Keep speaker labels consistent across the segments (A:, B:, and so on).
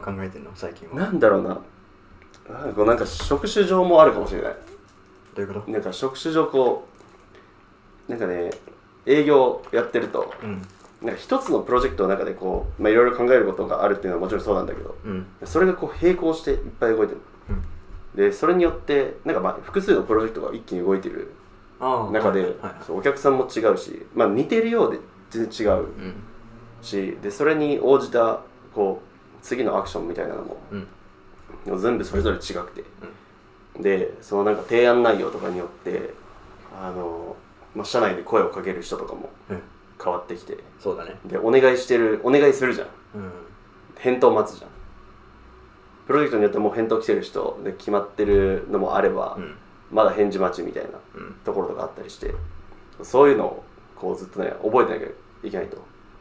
A: 考えてんの最近は
B: なんだろうななんかこうなんか職種上もあるかもしれない
A: どういうこと
B: なんか職種上こうなんかね営業やってると
A: うん
B: なんか一つのプロジェクトの中でこうまあいろいろ考えることがあるっていうのはもちろんそうなんだけど
A: うん
B: それがこう並行していっぱい動いてる
A: うん
B: でそれによってなんかまあ複数のプロジェクトが一気に動いてる
A: ああ
B: 中で、
A: はいはいはい
B: そうお客さんも違うし、まあ、似てるようで全然違う
A: うん
B: しでそれに応じたこう次のアクションみたいなのも
A: うん
B: 全部それぞれ違くて、でそのなんか提案内容とかによってあの、まあ、社内で声をかける人とかも
A: うん
B: 変わってきて
A: そうだね
B: でお願いしてるお願いするじゃん
A: うん
B: 返答待つじゃんプロジェクトによってもう返答来てる人で決まってるのもあれば、
A: うん
B: まだ返事待ちみたいな
A: うん
B: ところとかあったりしてそういうのをこうずっとね覚えてなきゃいけないと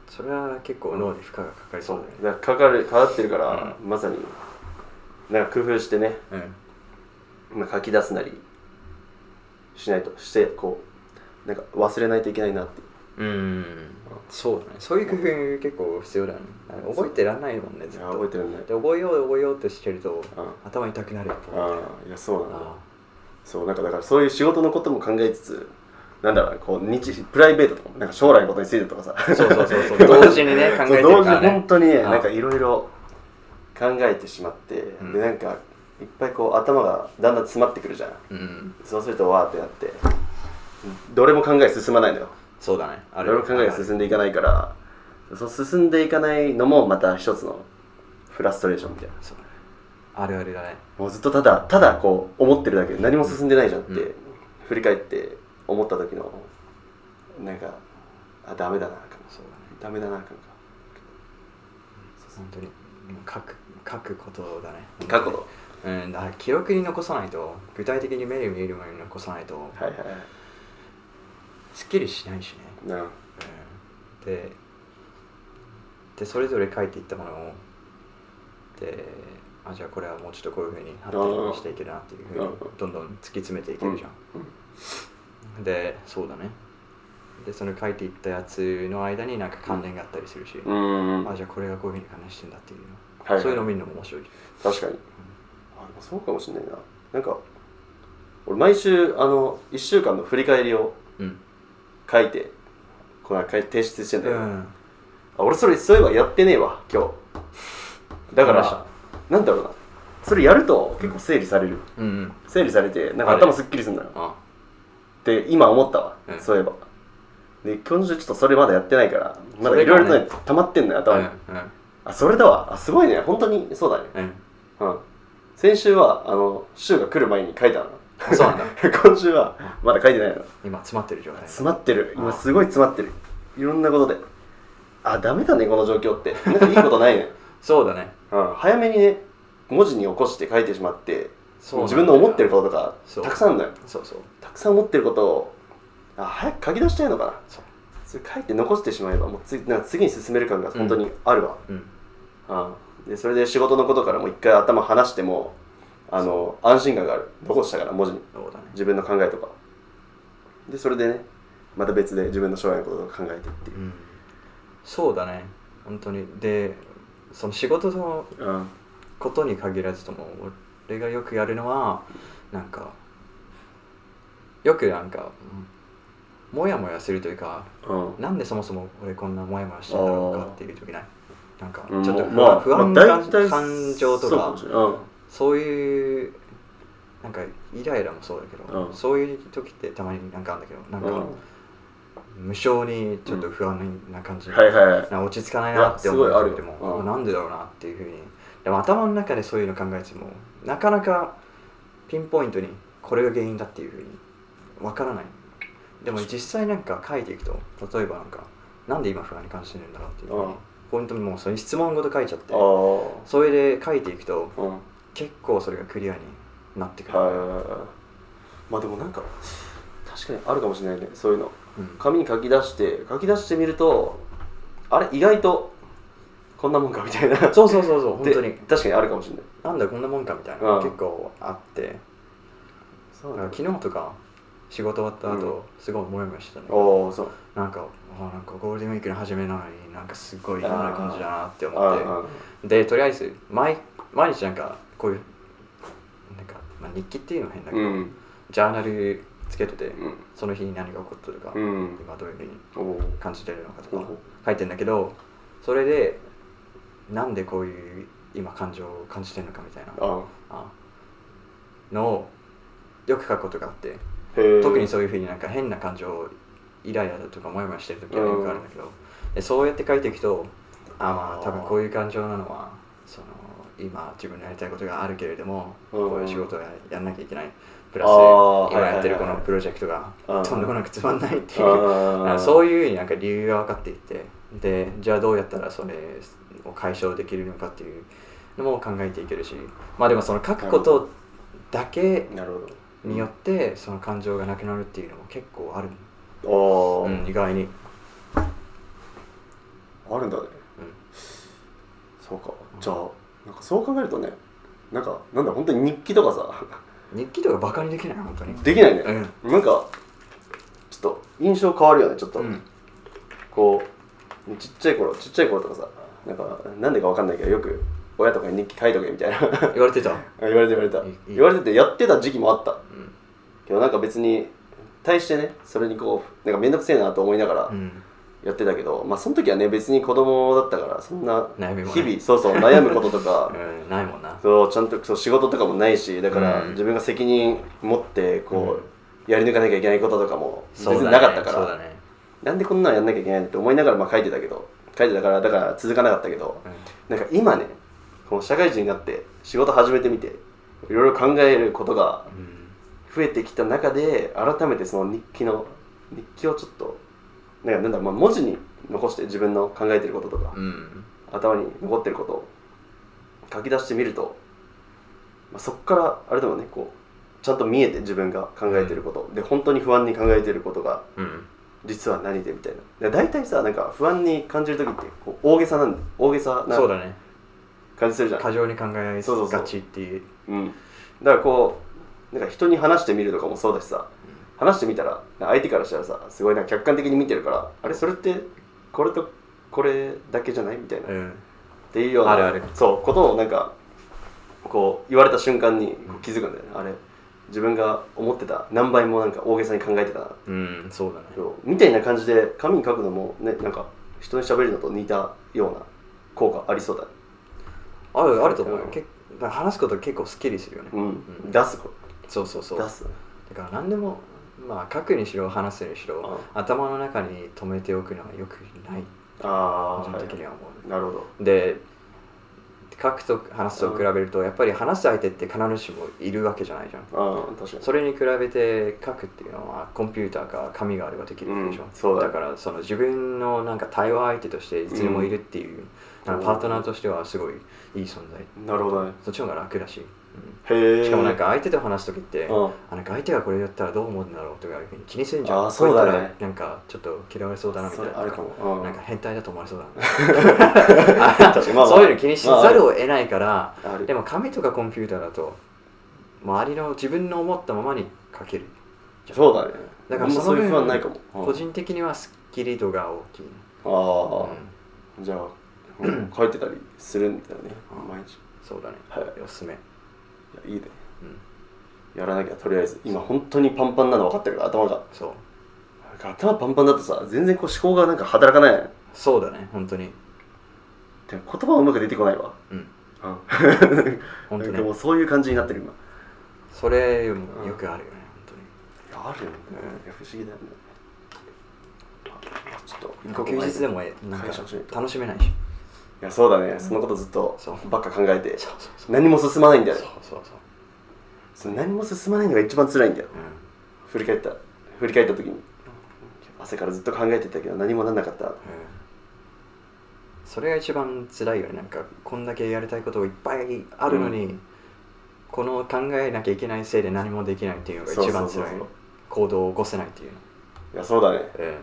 A: それは結構脳に負荷がかかりそうだね
B: だからかかるかかってるから、まさになんか工夫してね、
A: うん
B: まあ、書き出すなりしないとしてこうなんか忘れないといけないなって
A: うんそうだねそういう工夫結構必要だよね覚えてらんないもんねずっと
B: 覚えてるんだよ
A: で覚えよう覚えようとしてると
B: うん
A: 頭痛くなるよ
B: ああいやそうなんだ
A: あ
B: そうなんかだからそういう仕事のことも考えつつなんだろうこう日プライベートとかもなんか将来のことについてとかさ
A: あそうそうそうそう 同時にね考えて
B: そう
A: る
B: 同時
A: から
B: に
A: ね
B: 本当にね
A: ああ
B: なんかいろいろ考えてしまって、
A: ん
B: でなんかいっぱいこう頭がだんだん詰まってくるじゃん
A: うん
B: そうするとわーってなってどれも考え進まないのよ
A: そうだねあ
B: どれも考えが進んでいかないからそう進んでいかないのもまた一つのフラストレーションみたいな
A: そうだねあるあるだね
B: もうずっとただただこう思ってるだけで何も進んでないじゃんって、
A: うん
B: 振り返って思った時のなんかあダメだなあかん
A: そうだね
B: ダメだなあかんか
A: 本当にもう書く書くことだね
B: 過去の
A: うんだから記録に残さないと具体的に目で見えるものに残さないと
B: はいはいは
A: すっきりしないしね
B: いな
A: うんででそれぞれ書いていったものをであじゃあこれはもうちょっとこういうふうに発展していけるなっていうふうに
B: うん
A: どんどん突き詰めていけるじゃん、でそうだねでその書いていったやつの間になんか関連があったりするし、
B: うん、うん
A: あじゃあこれがこういうふうに関連してんだっていうの、
B: はいはい
A: そういうのを見るのも面白い
B: 確かにあでもそうかもしれないななんか俺毎週あの1週間の振り返りを
A: うん、
B: 書いてこの間提出してんだ
A: う
B: よ、
A: ん、
B: あ俺それそういえばやってねえわ今日だか
A: 話し
B: らなんだろうなそれやると結構整理される、
A: うんうん
B: 整理されてなんか頭すっきりするんだよ
A: あ
B: って今思ったわ、
A: うん
B: そういえばで今週ちょっとそれまだやってないから
A: そ
B: まだ
A: れ
B: いろ
A: が
B: い
A: ね
B: ろとね溜まってんのよ
A: うん
B: 頭
A: う
B: に、
A: ん
B: あそれだわあすごいね本当にそうだね
A: うん
B: うん先週はあの週が来る前に書いたの
A: そうなんだ
B: 今週はまだ書いてないの
A: 今詰まってる状態
B: 詰まってる今すごい詰まってるいろんなことであダメだねこの状況ってなんかいいことないね、
A: そうだね
B: うん、早めにね文字に起こして書いてしまって
A: そうなん
B: 自
A: だよ
B: 分の思ってることとか
A: そう
B: たくさんあるのよ
A: そうそう
B: たくさん思ってることをあ早く書き出したいのかな
A: そう
B: それ書いて残してしまえばもうつなんか次に進める感が本当にあるわ、
A: うん
B: うんでそれで仕事のことからもう一回頭離してもあの安心感がある残したから文字に
A: そうだね
B: 自分の考えとかでそれでねまた別で自分の将来のことを考えてっていうう、
A: んそうだね本当にでその仕事の
B: うん、
A: ことに限らずとも俺がよくやるのはなんかよくなんかうんモヤモヤするというか
B: うん
A: なんでそもそも俺こんなモヤモヤしてんだろうかっていう時ないなんかちょっと不
B: まあ
A: 安不安
B: まあ大
A: 感
B: 体
A: 感情とか
B: そうも
A: そういうなんかイライラもそうだけど、
B: うん
A: そういう時ってたまになんかあるんだけどなん
B: しれない
A: か無性にちょっと不安な感じ、
B: うん、はいはいはい
A: なんか落ち着かないなって思
B: いやすごいあ
A: う
B: る
A: 時も
B: うん
A: あなんでだろうなっていうふうにでも頭の中でそういうの考えてもなかなかピンポイントにこれが原因だっていうふうにわからないでも実際なんか書いていくと例えばなんかなんで今不安に感じてるんだろうっていうふう
B: うん
A: に本当にもうそれ質問ごと書いちゃって
B: ああ
A: それで書いていくと
B: うん
A: 結構それがクリアになってくる、
B: はいまあでもなんか確かにあるかもしれないねそういうの
A: うん
B: 紙に書き出して書き出してみるとあれ意外とこんなもんかみたいな
A: そうそうそうそう本当に
B: で確かにあるかもしれない
A: なんだこんなもんかみたいな、
B: うん
A: 結構あって
B: そう
A: だから昨日とか仕事終わった後、
B: うん
A: すごいモヤモヤしてたの
B: おおそう
A: なんかあなんかゴールデンウィークの初めなのになんかすごい嫌な感じだなって
B: あ
A: 思
B: ー
A: って
B: あ
A: でとりあえず毎毎日なんかこういうなんか、まあ、日記っていうのは変だ
B: ー
A: けど、
B: うん
A: ジャーナルつけてて、
B: うん
A: その日に何が起こったとか、
B: うん
A: 今どういうふうに
B: おおー
A: 感じてるのかと
B: う
A: か
B: ん
A: 書いてんだけどそれでなんでこういう今感情を感じてるのかみたいな
B: あ
A: あのをよく書くことがあって
B: へー
A: 特にそういうふうになんか変な感情をイライラだとかモヤモヤしてる時はよくあるんだけど、でそうやって書いていくとあま
B: あ
A: あ
B: ー
A: 多分こういう感情なのはその今自分のやりたいことがあるけれども、
B: うん
A: こういう仕事をややんなきゃいけないプラス
B: あー
A: 今やってる
B: はい
A: こ
B: はいはい
A: のプロジェクトが
B: うん
A: とんでもなくつまんないっていう
B: あ
A: あそう
B: いう
A: いうふうになんか理由が分かっていってでじゃあどうやったらそれを解消できるのかっていうのも考えていけるしまあでもその書くことだけ
B: なるほど
A: によってその感情がなくなるっていうのも結構ある、
B: おお、
A: うん、意外に、うん、
B: あるんだねそうかじゃあなんかそう考えるとねなんかなんだ本当に日記とか
A: 日記とかバカにできない本当に
B: さできないね
A: うん
B: なんかちょっと印象変わるよねちょっと、
A: うん
B: こうちっちゃい頃ちっちゃい頃とかさなんかなんでかわかんないけどよく親とかに日記書いとけみたいな
A: 言われてた、
B: 言われて言われた
A: いい
B: 言われててやってた時期もあった
A: うん
B: けどなんか別に対してねそれにこうなんか面倒くせえなと思いながら
A: うん、
B: やってたけど、まあその時はね別に子供だったからそんな
A: 悩みもね
B: 日々そうそう悩むこととか
A: う ん、ないもんな
B: そうちゃんとそう仕事とかもないしだから
A: うん
B: 自分が責任持ってこう、やり抜かなきゃいけないこととかも別
A: そうだ
B: に
A: ね
B: なかったから、
A: そうだね、
B: なんでこんなのやんなきゃいけないのって思いながらまあ書いてたけど書いてたからだから続かなかったけどなんか今ねこの社会人になって仕事始めてみていろいろ考えることが
A: うんうん
B: 増えてきた中で改めてその日記の日記をちょっとなんかなんだろうまあ、文字に残して自分の考えてることとか、
A: うん
B: 頭に残ってることを書き出してみると、まあ、そこからあれでもねこうちゃんと見えて自分が考えてること、で本当に不安に考えてることが
A: うん
B: 実は何でみたいなだ大体さなんか不安に感じる時ってこう大げさなんで大げさ
A: そう
B: な
A: だね
B: 感じするじゃん
A: 過剰に考え
B: そうそうそう
A: がちっていう
B: うん、だからこうなんか人に話してみるとかもそうだしさ話してみたら相手からしたらさすごいなんか客観的に見てるからあれそれってこれとこれだけじゃないみたいな
A: うん
B: っていうような
A: あるある
B: そうことをなんかこう言われた瞬間にこう気づくんだよね、あれ自分が思ってた何倍もなんか大げさに考えてたな
A: うん、そうだね。
B: そうみたいな感じで紙に書くのもねなんか人に喋るのと似たような効果ありそうだね
A: あるあると思うよ
B: うん。
A: 結構だから話すこと結構すっきりするよね。
B: うん、
A: うん
B: 出すこ
A: そうそうそう。
B: 出
A: だ
B: す
A: から何でも、まあ、書くにしろ話すにしろ、頭の中に留めておくのはよくない、
B: あ
A: 個
B: あ
A: 人的には思うね。
B: なるほど
A: で、書くと話すと比べると、やっぱり話す相手って必ずしもいるわけじゃないじゃん。
B: ああ確かに
A: それに比べて書くっていうのはコンピューターか紙があればできるでしょ、
B: うんそうだ
A: だ
B: よ
A: からその自分のなんか対話相手としていつでもいるっていう、なんかパートナーとしてはすごいいい存在
B: なるほどね
A: そっちの方が楽だし、
B: へ
A: う
B: え
A: ん、しかもなんか相手と話す時って、
B: うん
A: あなんか相手がこれやったらどう思うんだろうとか気にするんじゃん
B: あーそうだね
A: こいつらなんかちょっと嫌われそうだなみたいな
B: それあるかもうん
A: なんか変態だと思われそうだな
B: 確かにまあま あ
A: そういうの気にしざるを得ないから、
B: ある
A: でも紙とかコンピューターだと周りの自分の思ったままに書ける
B: そうだね
A: だから
B: あんま
A: その
B: そういう
A: 分
B: 不安ないかも、うん
A: 個人的にはスッキリ度が大きい、
B: あ
A: う
B: あ、
A: ん
B: じゃあ、うん書いてたりするんだよね、毎日。
A: そうだね、
B: はい
A: おすすめ、
B: いやいいね。
A: うん、
B: やらなきゃ、とりあえず。今、本当にパンパンなの分かってるから、頭が。
A: そう
B: なんか頭パンパンだとさ、全然こう思考がなんか働かない。
A: そうだね本当に
B: てか言葉はうまく出てこないわ。
A: うん
B: うん。
A: 本当
B: なん
A: ね
B: かもうそういう感じになってる今。い
A: それもよくあるよね、
B: やあるよね。いや不思議だよね。あちょっと、一
A: 本
B: 刻
A: 当に
B: も
A: 休
B: 前
A: 日でもえなんか
B: 会社の仕事
A: 楽しめないでし
B: いや、そうだね。そのことずっと
A: そう
B: ばっか考えて
A: ょ、そうそうそう
B: 何も進まないんだよね
A: そう。そうそう
B: その何も進まないのが一番辛いんだよ。
A: う
B: 振り返った振り返った時に汗からずっと考えてたけど何もなんなかった
A: ん、うん、それが一番辛いよねなんかこんだけやりたいことがいっぱいあるのに、この考えなきゃいけないせいで何もできないっていうのが一番
B: そ
A: 辛
B: うそう
A: い
B: そうそう
A: 行動を起こせないっていうの
B: いやそうだね
A: ええ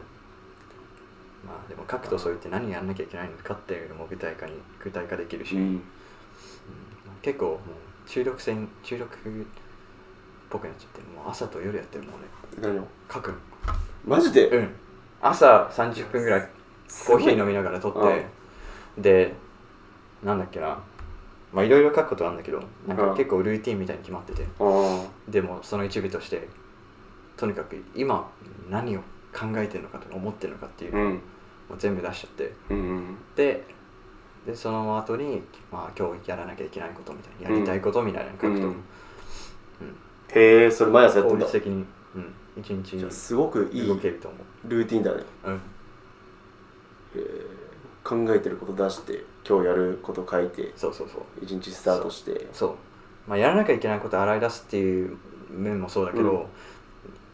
A: まあでも書くとそう言って何やんなきゃいけないのかっていうのも具体化に具体化できるし、
B: うん
A: 結構もう中毒性中毒ぽくなっちゃってもう朝と夜やってるもん俺
B: 何を
A: 書くの
B: マジで、
A: うん朝30分ぐらいコーヒー飲みながら撮って、でなんだっけなまあいろいろ書くことなんだけどなん
B: う
A: か
B: ん
A: 結構ルーティンみたいに決まってて
B: あー
A: でもその一部としてとにかく今何を考えてるのかとか思ってるのかっていう
B: う
A: のを
B: ん
A: 全部出しちゃって
B: うんうん
A: ででその後に、まあ、今日やらなきゃいけないことみたいなやりたいことみたいなの書くと、
B: うんへえそれ毎朝やって
A: 効
B: んだ
A: 率的に、うん、一日
B: じゃあすごくいい
A: 動けると思う
B: ルーティンだね
A: うん
B: へー考えてること出して今日やること書いて
A: そうそうそう
B: 一日スタートして
A: そう、まあ、やらなきゃいけないことを洗い出すっていう面もそうだけど、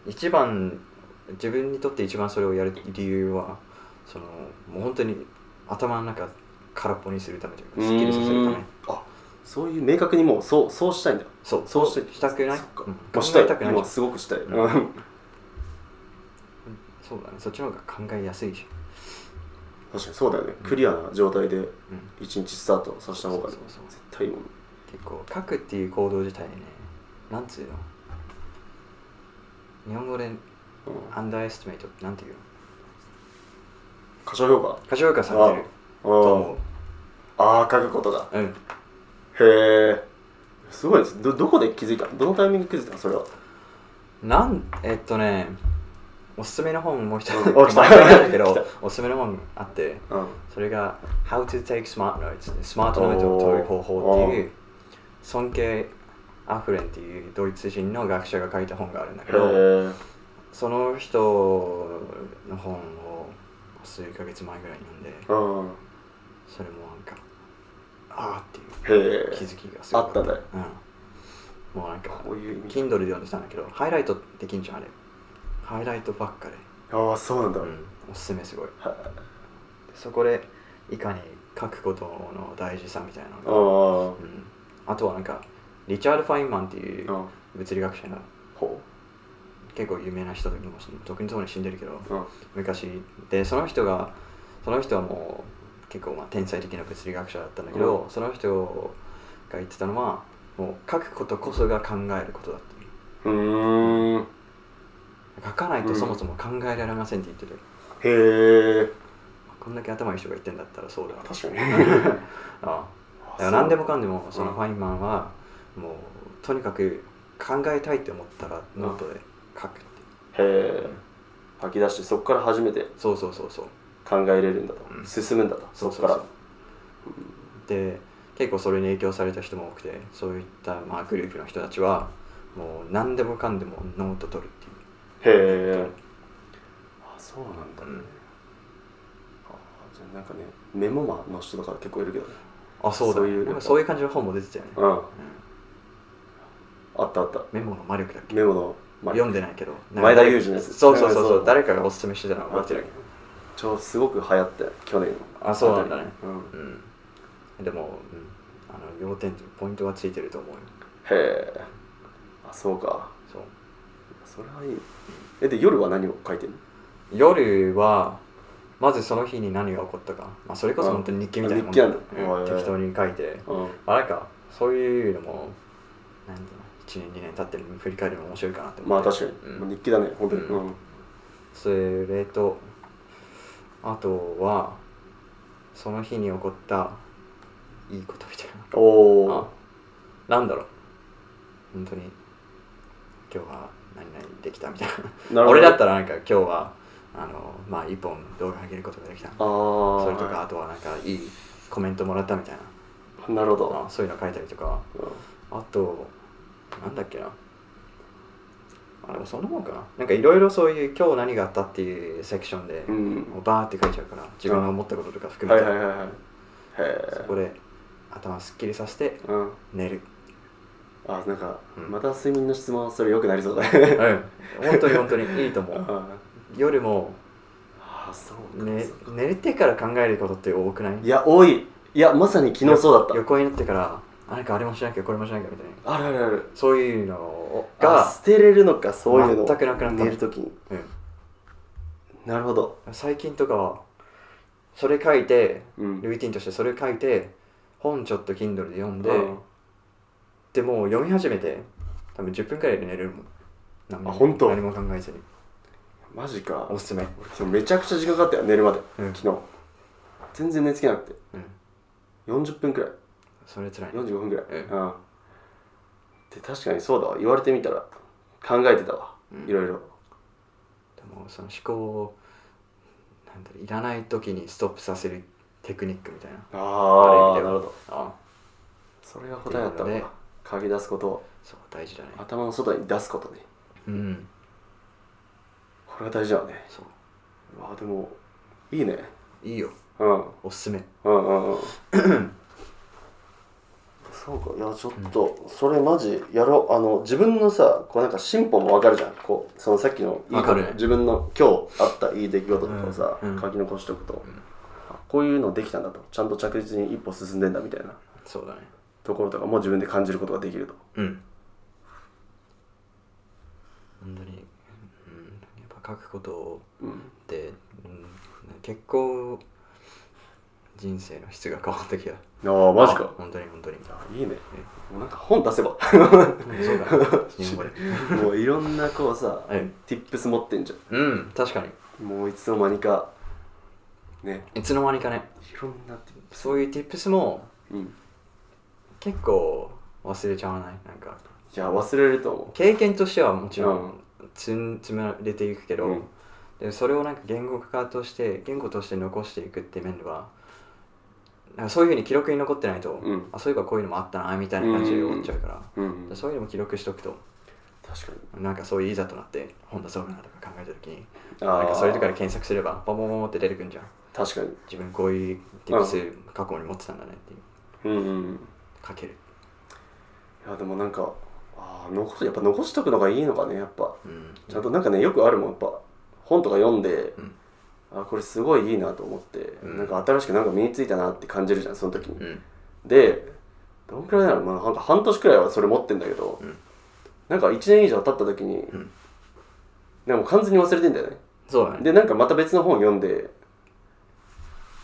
A: 一番自分にとって一番それをやる理由はそのもう本当に頭の中空っぽにするためというかすっきりさせるた
B: うー
A: め
B: んあそういう明確にもうそうそうしたいんだ
A: そう
B: そうして
A: したくない
B: そっか
A: うん
B: もう
A: 考
B: したい
A: えたくない
B: 今すごくしたい、
A: ん
B: うん
A: そうだねそっちの方が考えやすいし、
B: 確かにそうだよね、クリアな状態で
A: うん、
B: 一日スタートさせた方が、ね、
A: そうそうそう
B: 絶対いいもん
A: 結構書くっていう行動自体ねなんつうの日本語で
B: うん
A: アンダーエスティメイトってなんていうの
B: 過小評価
A: 過小評価されてる
B: あ
A: と
B: ー
A: 思
B: あー書くことだ
A: ううん
B: へえすごいですどどこで気づいたのどのタイミングで気づいたのそれは
A: なんえっとねおすすめの本もう一つ
B: お来た
A: 毎回なんだけ
B: 来
A: どおすすめの本あって
B: うん
A: それが「How to take smart notes」スマートノートを取る方法っていう尊敬アフレンっていうドイツ人の学者が書いた本があるんだけど
B: へえ
A: その人の本を数ヶ月前ぐらいに読んで
B: うん
A: それもなんかああっていう
B: へえ
A: 気づきがす
B: あ
A: ご
B: った
A: か
B: んだよ
A: うん、もうなんか
B: こういう意
A: Kindle
B: 味
A: で読んでたんだけどハイライトできんじゃんあれハイライトばっかで、
B: ああそうなんだ、
A: うん、おすすめすごい
B: は
A: そこでいかに書くことの大事さみたいなのが、
B: あ
A: うん、あとはなんかリチャード・ファインマンってい
B: あう
A: うん物理学者が
B: ほ
A: 結構有名な人でも特にそうに死んでるけど
B: ううん
A: 昔でその人がその人はもう結構まあ天才的な物理学者だったんだけど、その人が言ってたのはもう書くことこそが考えることだっていう
B: うーん
A: 書かないとそもそも考えられませんって言ってて、
B: へえ
A: こんだけ頭いい人が言ってんだったらそうだな
B: 確かに
A: ああだから何でもかんでも
B: ん
A: そのファインマンはもうとにかく考えたいって思ったらノートで書くっていう
B: へえ吐き出してそこから初めて
A: そうそうそうそう
B: 考えれるんだと、
A: うん
B: 進むんだと
A: そ
B: そうこ
A: そう
B: か
A: そ
B: ら
A: うで結構それに影響された人も多くてそういったまあグループの人たちはもう何でもかんでもノート取るっていう
B: へえあそうなんだ
A: う
B: ね、
A: ん
B: あじゃあなんかねメモマの人とか結構いるけどね
A: あそうだ
B: そう
A: ね
B: いう
A: なんかそういう感じの本も出てたよね、
B: うん
A: うん
B: あったあった
A: メモの魔力だっけ
B: メモの、まあ、
A: 読んでないけど
B: 前田裕二のやつ
A: そうそうそう
B: そう
A: そう誰かがおすすめしてたのは
B: あ
A: 覚えてる
B: ちょすごく流行って去年の
A: あそうなんだね
B: うん、
A: うんでも、うん、あの要点とポイントはついてると思うよ
B: へえあそうか
A: そう
B: それはいいえで夜は何を書いてるの
A: 夜はまずその日に何が起こったか、まあ、それこそ本当に日記みたいなもんだ
B: あ日記なんだ
A: うん
B: へえ
A: 適当に書いて
B: うん
A: まあなんかそういうのもなんだろう1年2年経ってるのに振り返るのも面白いかなって思
B: ま
A: っ
B: あ
A: て
B: 確かに、
A: うん
B: もう日記だね本当に
A: う
B: うんん、
A: それとあとはその日に起こったいいことみたいな
B: お
A: あ
B: お
A: なんだろう本当に今日は何々できたみたい
B: な
A: な
B: るほど
A: 俺だったらなんか今日はあのまあ一本動画上げることができた
B: あー
A: それとかあとはなんかいいコメントもらったみたいな
B: なるほど
A: あそういうの書いたりとかあとなんだっけなあでもそんなもんかななんかいろいろそういう今日何があったっていうセクションで、
B: うん、うん
A: もうバーって書いちゃうから自分の思ったこととか含
B: は
A: め
B: い
A: て、
B: はいはいはいへ
A: そこで頭すっきりさせて
B: えうん
A: 寝る
B: あなんか、
A: うん
B: また睡眠の質問それ良くなりそ うだ
A: う
B: ね
A: ん本当に本当にいいと思う
B: あ
A: 夜も、
B: あそうか、
A: ね
B: そう、か
A: 寝れてから考えることって多くない
B: いや多いいやまさに昨日そうだった
A: 横になってからあなんかあれもしなきゃこれもしなきゃみたいな
B: あるあるある
A: そういうの
B: が
A: が
B: 捨てれるのかそういうの
A: 全くなくなった
B: 寝るときに
A: うん、
B: なるほど
A: 最近とかはそれ書いて
B: うん
A: ルーティンとしてそれ書いて本ちょっと Kindle で読んで、
B: うん
A: でもう読み始めて多分10分くらいで寝れるもん何も
B: あ本当
A: 何も考えずに
B: マジか
A: おすすめ、
B: 俺今日めちゃくちゃ時間かかったよ寝るまで、
A: うん
B: 昨日全然寝つけなくて
A: うん、
B: 40分くらい
A: それつらい
B: 45分くらい、
A: う
B: うんで確かにそうだわ言われてみたら考えてたわ、いろいろ
A: でもその思考をなんだろういらない時にストップさせるテクニックみたいな
B: ああ
A: る意味では
B: なるほど
A: あ
B: それが答えだったの
A: っていう
B: か
A: のね
B: 嗅ぎ出すこと
A: そう大事だね
B: 頭の外に出すことね
A: うん
B: これが大事だよね
A: そう
B: わでもいいね
A: ういいよ
B: うん
A: おすすめ
B: うんうんうんそうかいやちょっとそれマジやろうあの自分のさこうなんか進歩もわかるじゃんこうそのさっきのいい
A: わかる
B: 自分の今日あったいい出来事とかをさ、
A: うんうん
B: 書き残しておくと、あこういうのできたんだとちゃんと着実に一歩進んでんだみたいな
A: そうだね
B: ところとかも自分で感じることができると
A: うん本当に、うん、やっぱ書くこと
B: うん
A: って、うん、結構人生の質が変わった気が
B: ああマジか
A: 本当に本当に
B: いいねもうなんか本出せ ば
A: そうだね日 本語で
B: もういろんなこうさ
A: はい
B: ティップス持ってんじ
A: うん確かに
B: ゃんもういつの間にかね
A: いつの間にかね
B: いろんなティップ
A: そういう tips も
B: うん
A: 結構忘れちゃわないなんか
B: いや忘れると思
A: 経験としてはもちろん積ん積まれていくけど、
B: うん
A: でそれをなんか言語化として言語として残していくって面ではなんかそういうふうに記録に残ってないと、
B: うん
A: あそういえばこういうのもあったなみたいな感じで終わっちゃうから、
B: う、うん
A: でそういうのも記録しとくと
B: 確かに
A: なんかそういういざとなって本出そうかなとか考えた時に
B: あー
A: なんかそれとかで検索すればボンボンボンボンって出てくるんじゃん
B: 確かに
A: 自分こういう tips 過去に持ってたんだねっていう
B: うんうん
A: 書ける
B: いやでもなんかあー残すやっぱ残しとくのがいいのかねやっぱ
A: うん
B: ちゃんとなんかねよくあるもんやっぱ本とか読んで、
A: うん
B: あこれすごいいいなと思って、
A: ん
B: なんか新しくなんか身についたなって感じるじゃんその時に、
A: うん
B: でどんくらいなの、まあ、なんか半年くらいはそれ持ってんだけど、
A: ん
B: なんか1年以上経った時に、
A: ん
B: でも完全に忘れてんだよね
A: そうだね
B: でなんかまた別の本読んで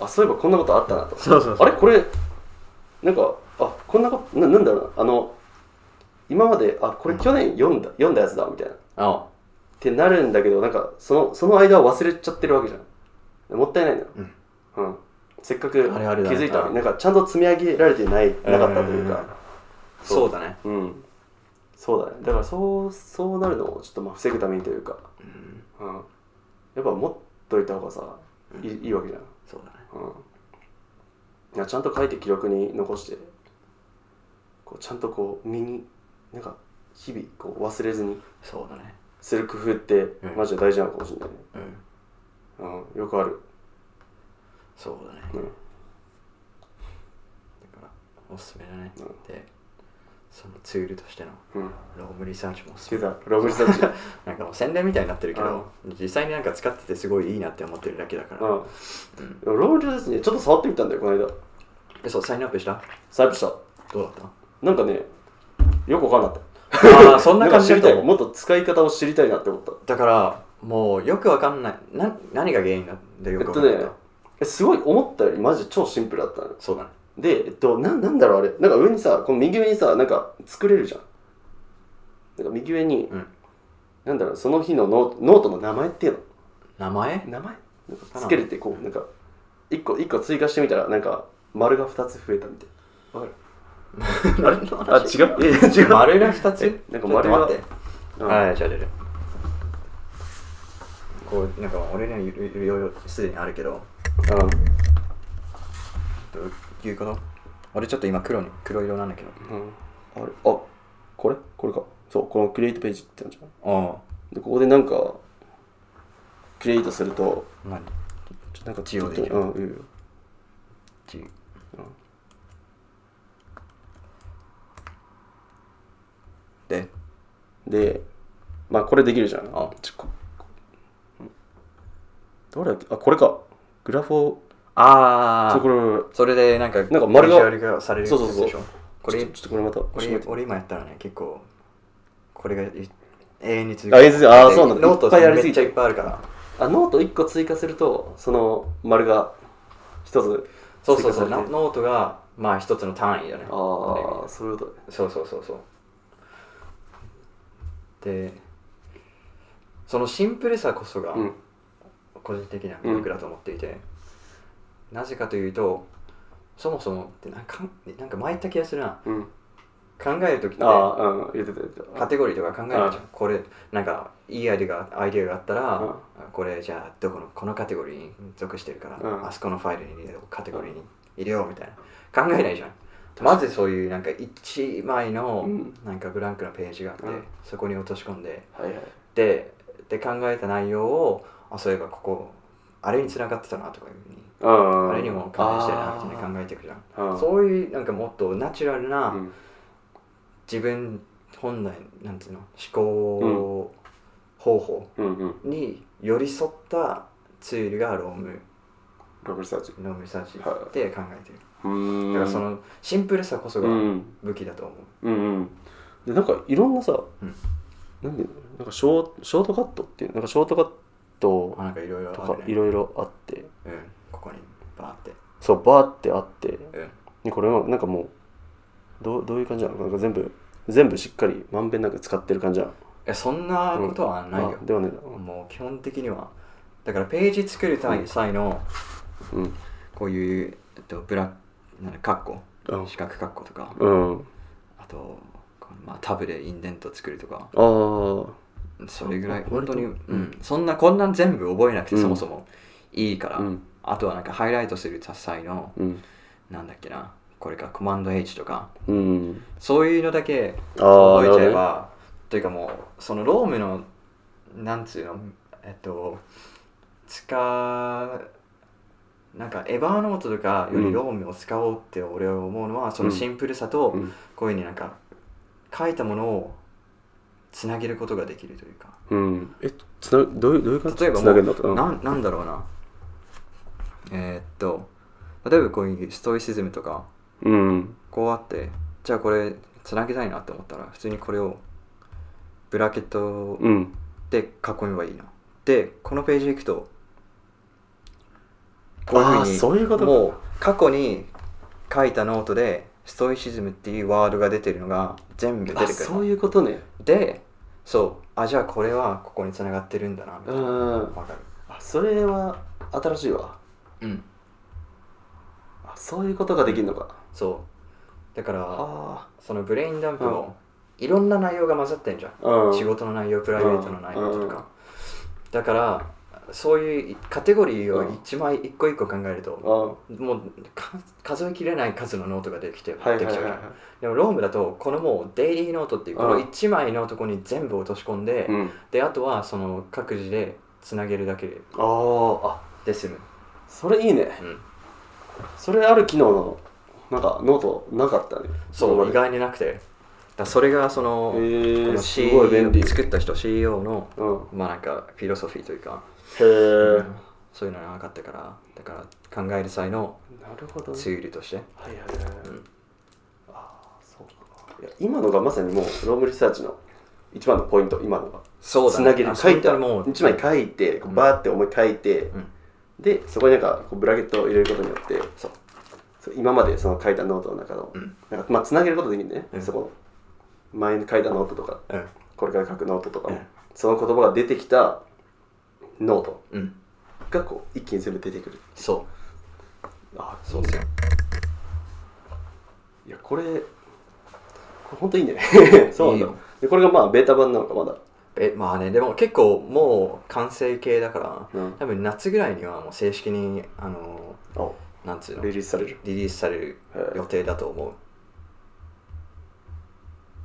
B: あそういえばこんなことあったなと
A: そうそうそう
B: あれこれなんかあこんなことななんだろうなあの今まであこれ去年読んだ、読んだやつだみたいなっ
A: あ
B: てなるんだけどなんかそのその間は忘れちゃってるわけじゃんもったいないのよ、
A: うん
B: うんせっかく気
A: あるあるだね
B: づいたのに
A: うん
B: なんかちゃんと積み上げられてないなかったというか、
A: そうだね
B: うん、そうだねだからそうそうなるのをちょっとまあ防ぐためにというか、うんやっぱ持っといた方がさいいいいわけじゃん、
A: そうだね
B: うんいや、ちゃんと書いて記録に残してこうちゃんとこう身になんか日々こう忘れずに
A: そうだね
B: する工夫って
A: うん
B: マジで大事なのかもしれないね、
A: うん
B: うん、よくある、
A: そうだね
B: うん、
A: だからおすすめだね、
B: うん
A: でそのツールとしての
B: うん、
A: ロームリサーチもおすす
B: 出
A: め
B: たロブリサ ーチ
A: なんかもう宣伝みたいになってるけど、実際になんか使っててすごいいいなって思ってるだけだから、
B: うん、でもロブリサーチねちょっと触ってみたんだよこの間
A: えそうサインアップした
B: サイプした
A: どうだっ
B: なんかねよくわかんなかった
A: たああそんな感じ
B: なんか知りた
A: だ
B: い
A: と
B: もっと使い方を知りたいなって思った
A: だからもうよくわかんないな何が原因なんだよ
B: えっ
A: くわか
B: と
A: んない、
B: ねえすごい思ったよりマジで超シンプルだったのよ
A: そうだね
B: でえっとななんだろうあれなんか上にさこの右上にさなんか作れるじゃんなんか右上に、
A: うん
B: なんだろうその日のノノートの名前っていう
A: 名前
B: の名前なんかつけるってこうなんか一個一個追加してみたらなんか丸が二つ増えたみたいなわかる
A: あれの
B: あ違うえ違う
A: 丸が2つ
B: えなんか丸が
A: ちょっと待って
B: うん
A: はい、じゃあ出る。こう、なんか俺のいろいろすでにあるけど、どういうこと俺ちょっと今黒に黒色なんだけど。
B: うん、うんあれあこれこれかそうこのクリエイトページってやつじゃん
A: あ
B: でここでなんかクリエイトすると
A: あ、何
B: ちょっとなんか
A: 自由で
B: 適当にうんうん
A: ちで、
B: でまあこれできるじゃん
A: あ
B: ちょここどれだっけあこれかグラフをあ
A: そ
B: こ
A: こ
B: れ
A: それでなんか、
B: なんか丸
A: ビジ
B: が
A: ュアルがされる
B: そうそうそう
A: やつでしょこ
B: ち
A: れ
B: ょ、ちょっとこれまた
A: こ
B: ちょ
A: れ
B: っと待
A: 俺今やったらね、結構、これがい永遠に続
B: あ永遠に続くあー
A: で
B: そうなんだ
A: ノート
B: いっぱいやりす
A: め
B: ぎ
A: っちゃ
B: て
A: いっぱいあるから。
B: ってあノート1個追加するとその丸が一つ
A: そうそうそう、
B: 追加
A: な
B: されて
A: ノートが、まあ一つの単位だね。
B: ああそういうこと
A: そうそうそうそう。でそのシンプルさこそが
B: うん
A: 個人的には魅力だと思っていて、なぜかというとそもそもってなんかなんか前言った気がするな
B: うん
A: 考える時って
B: ああうん言ってた言ってた
A: カテゴリーとか考えるじゃん
B: う
A: これなんかいいアイデアがアイデアがあったら、
B: うん
A: これじゃあどこのこのカテゴリーに属してるから、
B: うん
A: あそこのファイルに入れようカテゴリーに入れようみたいな考えないじゃんまずそういうなんか一枚の
B: うん
A: なんかブランクなページがあって、
B: うん
A: そこに落とし込んで
B: はいはい
A: でで考えた内容をあそういえばここあれに繋がってたなとかいうふうに、
B: うん
A: あれにも関連してるなみたいな考えていくじゃん、
B: あー
A: そういうなんかもっとナチュラルな、
B: うん
A: 自分本来なんていうの思考方法
B: うんうん
A: に寄り添ったツールがローム
B: ロブリサーチ
A: ロームリサーチって
B: はい
A: 考えてる、
B: うーん
A: だからそのシンプルさこそ
B: う
A: が
B: ん
A: 武器だと思う、
B: うんうんでなんかいろんなさ、
A: うん
B: なんでなんかショーショートカットっていうなんかショートカット
A: あなんかいろいろ
B: と
A: あ
B: か
A: る
B: い
A: ね、
B: ろいろあって
A: うん、ここにバーって、
B: そうバーってあって
A: うん、
B: でこれはなんかもうどうどういう感じなのなんか全部全部しっかりまんべんなく使ってる感じなの
A: えそんなことはないよ
B: あ、ではないな
A: もう基本的にはだからページ作る際際の
B: うん
A: こういう、えっと、ブラなんだカッコ
B: うん
A: 四角カッコとか
B: うん
A: あと、このまあ、タブでインデント作るとか
B: あー
A: それぐらい
B: あ
A: 本当に、う
B: 割と
A: ん、そんなこんなん全部覚えなくて
B: うん
A: そもそもいいから、
B: うん
A: あとはなんかハイライトする際の
B: うん
A: なんだっけなこれかコマンド H とか
B: うん
A: そういうのだけ
B: あー
A: 覚えちゃえば、というかもうそのロームのなんつうのえっと使うなんかエバーノートとかよりロームを使おうって俺は思うのは、そのシンプルさと、
B: うん
A: こういうふうになんか書いたものをつなげることができるというか
B: うんえつなどういうどういう感じ
A: 例えば
B: つなげるの
A: もうなんなんだろうなえーっと例えばこういうストイシズムとか
B: うん
A: こうあってじゃあこれつなげたいなと思ったら普通にこれをブラケット
B: うん
A: で囲めばいいなでこのページ行くとこういうふ
B: あーそういううこ
A: 風
B: と
A: にも
B: か
A: う過去に書いたノートでストイシズムっていうワードが出てるのが全部出て
B: あ
A: くる
B: そ
A: の
B: ういうことね
A: でそうあじゃあこれはここに繋がってるんだなみた
B: う
A: いなんわかる
B: あそれは新しいわ
A: うん
B: あそういうことができるのか
A: そうだから
B: あ
A: そのブレインダンプもいろんな内容が混ざってんじゃん、
B: あうん
A: 仕事の内容プライベートの内容と
B: うん
A: か、だからそういうカテゴリーを一枚一個一個考える
B: あ
A: と、
B: あは
A: もうか数えきれない数のノートができて、
B: いはい
A: で
B: は
A: き
B: い
A: ちゃうじ
B: は
A: ゃ
B: い
A: んでもロームだとこのもうデイリーノートっていうこ
B: う
A: の
B: ん
A: 1枚のとこに全部落とし込んで、
B: うん
A: であとはその各自でつなげるだけ
B: あーあ
A: で済む、
B: それいいね
A: うん、
B: それある機能のなんかノートなかったね
A: そう意
B: へ
A: 外になくてだからそれがその、
B: え
A: この
B: ー、すごい便利
A: CEO 作った人 CEO の
B: うん
A: まあなんかフィロソフィーというか、
B: へえ、
A: そういうのがなかったからだから考える際の
B: なるほどね
A: ツールとして
B: はいはいはい、はい
A: うん
B: ああそうかいや今のがまさにもうロームリサーチの一番のポイント今のが
A: そ
B: つなげる書いたら
A: も
B: も
A: う
B: う一枚書いてこうバーって思い書いて、
A: ん
B: でそこになんかこうブラケットを入れることによって
A: そう
B: そう今までその書いたノートの中の、
A: うん
B: なんかまあつなげることできるんだね、
A: うん
B: そこの前に書いたノートとか
A: うん
B: これから書くノートとかも、
A: うん
B: その言葉が出てきたノート
A: うん
B: がこう一気に全部出てくる
A: そ
B: あ
A: うそうですよ
B: いやこれこれ本当いいね そうなん
A: いい
B: だ
A: よ
B: でこれがまあベータ版なのかまだ
A: えまあねでも結構もう完成形だから、
B: うん
A: 多分夏ぐらいにはもう正式にあのなんつうの
B: リ
A: リ
B: リースされる
A: リースされる
B: はい
A: 予定だと思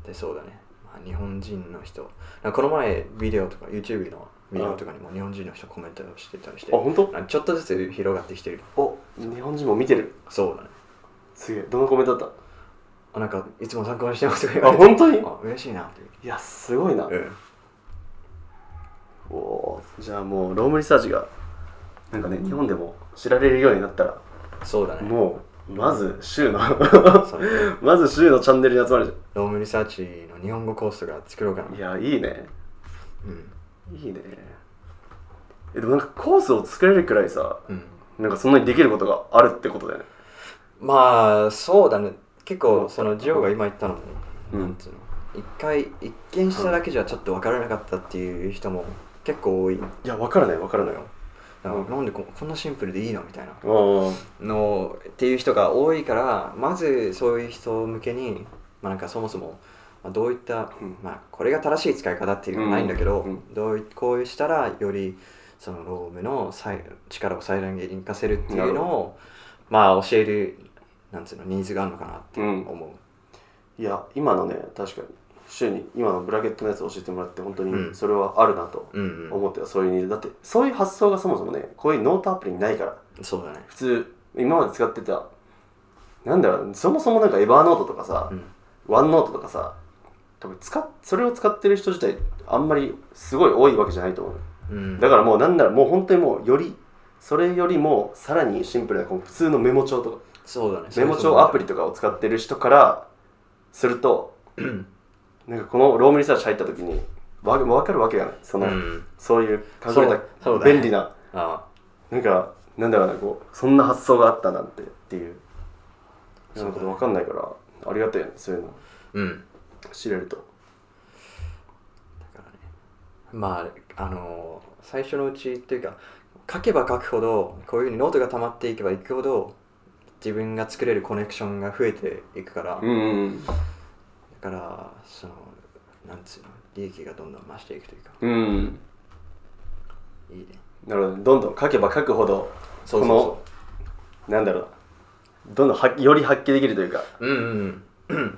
A: うでそうだね、まあ、日本人の人なんかこの前ビデオとか YouTube のビデオとかにも日本人の人コメントしてたりして
B: あ本当
A: なんかちょっとずつ広がってきてる
B: お日本人も見てる
A: そうだね
B: すげえどのコメントだっ
A: あなんかいつも参考にしてますとか
B: たあ本当に
A: あ嬉しいなっていう
B: いやすごいな、
A: うん
B: おおーじゃあもうロームリサーチがなんかね日本でも知られるようになったら
A: そうだね
B: もうまず週の
A: それ
B: まず週のチャンネルに集まる
A: ロームリサーチの日本語コースが作ろうかな
B: じゃんいやいいね
A: うん
B: いいねえでもなんかコースを作れるくらいさ
A: うん
B: なんかそんなにできることがあるってことだよね
A: まあそうだね結構そのジオが今言ったのも、
B: うん
A: なんつうの一回一見しただけじゃちょっと分からなかったっていう人も結構多い
B: いや分からない分からないよ
A: な
B: うん
A: なんでここんなシンプルでいいのみたいな
B: あー
A: のっていう人が多いからまずそういう人向けに、まあ、なんかそもそもまあどういった、
B: うん
A: まあ、これが正しい使い方っていうのはないんだけど、
B: うんうん
A: どういこうしたらよりそのロームの最力を最大限に活かせるっていうのを、まあ、教えるなんつうのニーズがあるのかなって思う。
B: いや今のね確かに週に今のブラケットのやつ教えてもらって本当
A: う
B: に
A: ん
B: それはあるなと
A: うん、うん
B: 思ってた、そういうニーズだってそういう発想がそもそもねこういうノートアプリにないから
A: そうだね。
B: 普通今まで使ってたなんだろうそもそもなんかエバーノートとかさ、
A: うん
B: ワンノートとかさ多分使っそれを使ってる人自体あんまりすごい多いわけじゃないと思う
A: うん、
B: だからもうなんならもう本当にもうよりそれよりもさらにシンプルなこの普通のメモ帳とか
A: そうだね。
B: メモ帳アプ
A: リ。
B: リとかを使ってる人からするとなんかこのロームリサーチ入った時にわ分かるわけがないその、
A: うん、
B: そういう隠れ
A: そうそう
B: た
A: だね
B: 便利な、
A: あ
B: なんかなんだろうなこうそんな発想があったなんてっていう
A: そ
B: そう
A: だね
B: ういうこと分かんないからありがたいよねそういうの
A: うん。
B: 知れると
A: だからねまああのー最初のうちっていうか書けば書くほどこういうふうにノートが溜まっていけばいくほど自分が作れるコネクションが増えていくから、だ
B: んうん
A: からそのなんつうの利益がどんどん増していくというか
B: うん
A: いいね
B: なるほどどんどん書けば書くほど
A: そうそうそ
B: なんだろうなどんどんはより発揮できるというか
A: ううんうん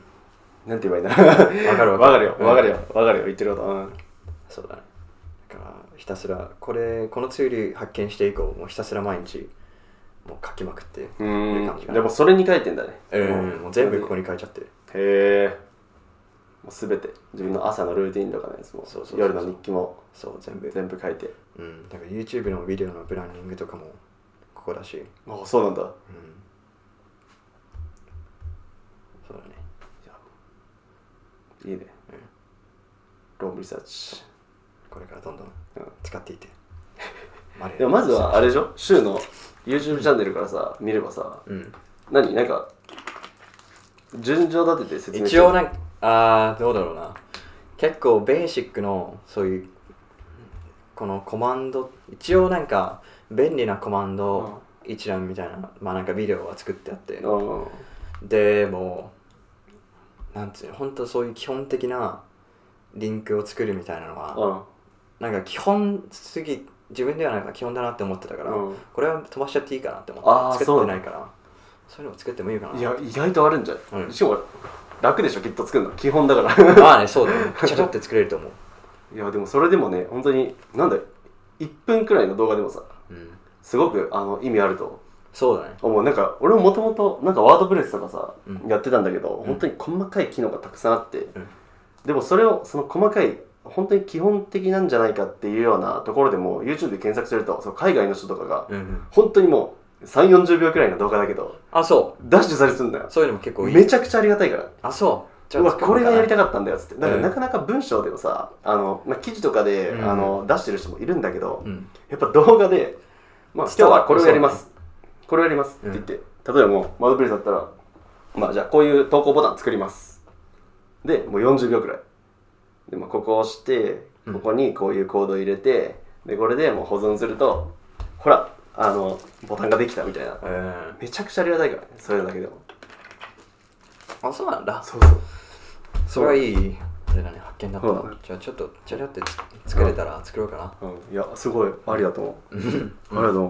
B: なんて言えばいいんだろう
A: うんわかるわ
B: 分かるよ
A: うん
B: 分かるよ分かるよ言ってることうん
A: そうだねだからひたすらこれこのツール発見して以降もうひたすら毎日もう書きまくって
B: う
A: いう感じか
B: ん
A: な
B: でもそれに書いてんだね
A: うん、もう全部ここ
B: に
A: に書いちゃってる
B: へえもう全て自分の朝のルーティンとかのやつも
A: そうそうそう
B: 夜の日記も
A: そう全部
B: 全部書いて
A: うんだから YouTube のビデオのブランディングとかもここだし
B: あそうなんだ
A: うんそうだね
B: いいね
A: うん
B: ロームリサーチ
A: これからどんどん
B: うん
A: 使ってい って、マレー
B: でもまずはあれでしょ週の YouTube チャンネルからさ見ればさ
A: うん
B: 何なんか順序立てて説明
A: 一応
B: ね
A: なんかあーどうだろうな結構ベーシックのそういうこのコマンド一応なんか便利なコマンド一覧みたいなまあなんかビデオは作ってあって
B: うん
A: でもうなんつうの本当そういう基本的なリンクを作るみたいなのは
B: う
A: な
B: ん
A: んか基本すぎ自分ではなんか基本だなって思ってたから、
B: うん
A: これは飛ばしちゃっていいかなって思
B: あ
A: っ
B: ー
A: て作ってないからそういうのも作ってもいいかない
B: や意外とあるんじゃない、
A: うん
B: しかも楽でしょきっと作るの基本だから
A: まあねそうだねちゃちゃって作れると思う、
B: いやでもそれでもね本当になんだ1分くらいの動画でもさ
A: うん、
B: すごくあの意味あると
A: そうだね
B: 思うなんか俺ももともとなんかワードプレスとかさ、
A: うん
B: やってたんだけど
A: ん
B: 本当に細かい機能がたくさんあって、
A: ん
B: でもそれをその細かい本当に基本的なんじゃないかっていうようなところでも YouTube で検索するとその海外の人とかが
A: うんうん
B: 本当にもう3 4 0秒くらいの動画だけど
A: あそ
B: ダッシュされてるんだよ
A: うそういうのも結構いい
B: めちゃくちゃありがたいから
A: あそう
B: うわこれがやり
A: た
B: たかったんだよっつってだから
A: うん
B: なかなか文章でもさあの、まあ、記事とかで、
A: うん
B: あの出してる人もいるんだけど、
A: うん
B: やっぱ動画で、まあ、
A: 伝
B: 今日
A: わ
B: はこれをやります、これをやりますって言って、例えばもうワードプレスだったら、まあ、じゃあこういう投稿ボタン作りますでもう40秒くらいで、まあ、ここを押して
A: うん
B: ここにこういうコードを入れてでこれでもう保存するとほらあのボタンができたみたいな
A: うん
B: めちゃくちゃありがたいからねそれだけでも
A: あそうなんだ
B: そうそう
A: それはいいあれだね発見だった、
B: うん
A: じゃあちょっとちゃちゃって作れたら作ろうかな、
B: うん、いやすごいありだと思う、ありだと思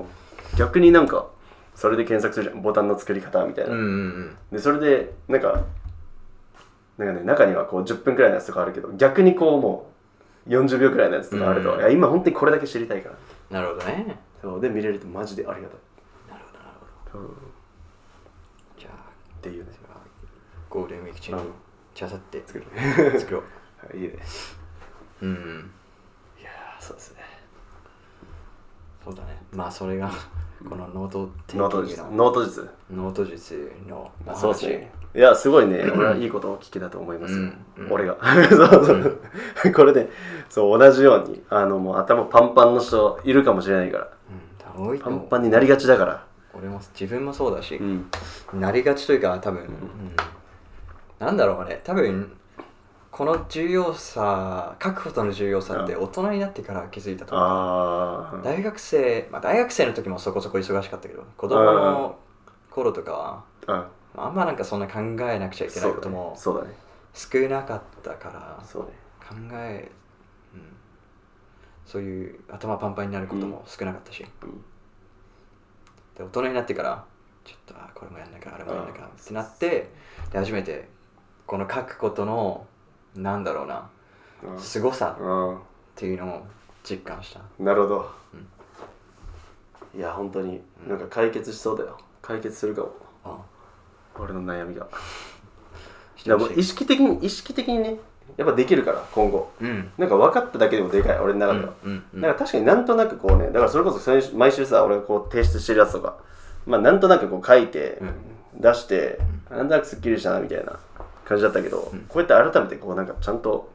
B: う逆になんかそれで検索するじゃんボタンの作り方みたいな、
A: うんうんうん
B: でそれでなんかなんかね中にはこう10分くらいのやつとかあるけど逆にこうもう40秒くらいのやつとかあると、
A: うん
B: いや今本当にこれだけ知りたいから
A: なるほどね
B: そうで見れるとマジでありがたい、
A: なるほどなるほ
B: うん、っ
A: どじゃあ
B: ていうね
A: じゃあゴールデンウィーク中に
B: うん
A: ちゃちゃって
B: 作る
A: 作ろう
B: いいね
A: うん
B: いやーそうですね
A: そうだねまあそれがこのノートテ
B: ノート
A: イキン
B: 術
A: グの
B: ノート術
A: ノート術のお話
B: そうですねいやすごいね俺はいいことを聞けたと思いますよ、
A: うんうん
B: 俺が そうそう、これねそう同じようにあのもう頭パンパンの人いるかもしれないから
A: うん多分多いと
B: パン
A: 思う
B: パンになりがちだから、
A: 俺も自分もそうだし
B: う、ん、
A: なりがちというか多分、うんなんだろうね多分ここの重要さ書くことの重要さって大人になってから気づいたと思う
B: ああ
A: 大学生、まあ、大学生の時もそこそこ忙しかったけど子供の頃とかは
B: あ
A: あんまなんかそんな考えなくちゃいけないことも
B: そうだね
A: 少なかったから
B: そうだね
A: 考え、うん、そういう頭パンパンになることも少なかったし、
B: そうだねうん
A: で大人になってからちょっとあこれもやんなきゃあれもやんなきゃってなってで初めてこの書くことのなんだろうな
B: うん
A: すごさ
B: うん
A: っていうのを実感した
B: なるほど、いや本当になんか解決しそうだよ解決するかも
A: あ
B: 俺の悩みが
A: し
B: い
A: て
B: や
A: ほ
B: も
A: し
B: う
A: い
B: 意識的に意識的にねやっぱできるから今後
A: うん
B: なんか分かっただけでもでかい俺の
A: う
B: 中では
A: ん、うんうん
B: なんか確かになんとなくこうねだからそれこそ先週毎週さ俺がこう提出してるやつとかまあなんとなくこう書いて、出してなんとなくすっきりしたなみたいな感じだったけど、こうやって改めてこうなんかちゃんと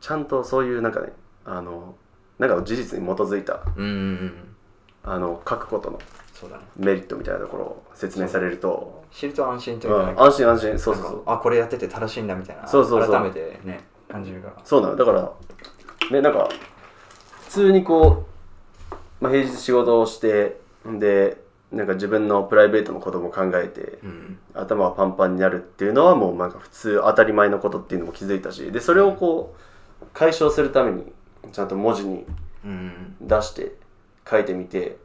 B: ちゃんとそういうなんかねあのなんか事実に基づいた
A: うんうんうん
B: あの書くことの
A: そうだね
B: メリットみたいなところを説明されると、
A: 知ると安心といううか、
B: ん
A: なんか
B: 安心安心そうそうそう
A: あこれやってて正しいんだみたいな
B: そうそうそう
A: 改めてね感じるから
B: そうなのだからねなんか普通にこう、まあ、平日仕事をしてでなんか自分のプライベートのことも考えて、
A: うん
B: 頭がパンパンになるっていうのはもうなんか普通当たり前のことっていうのも気づいたしでそれをこう解消するためにちゃんと文字に
A: うん
B: 出して書いてみて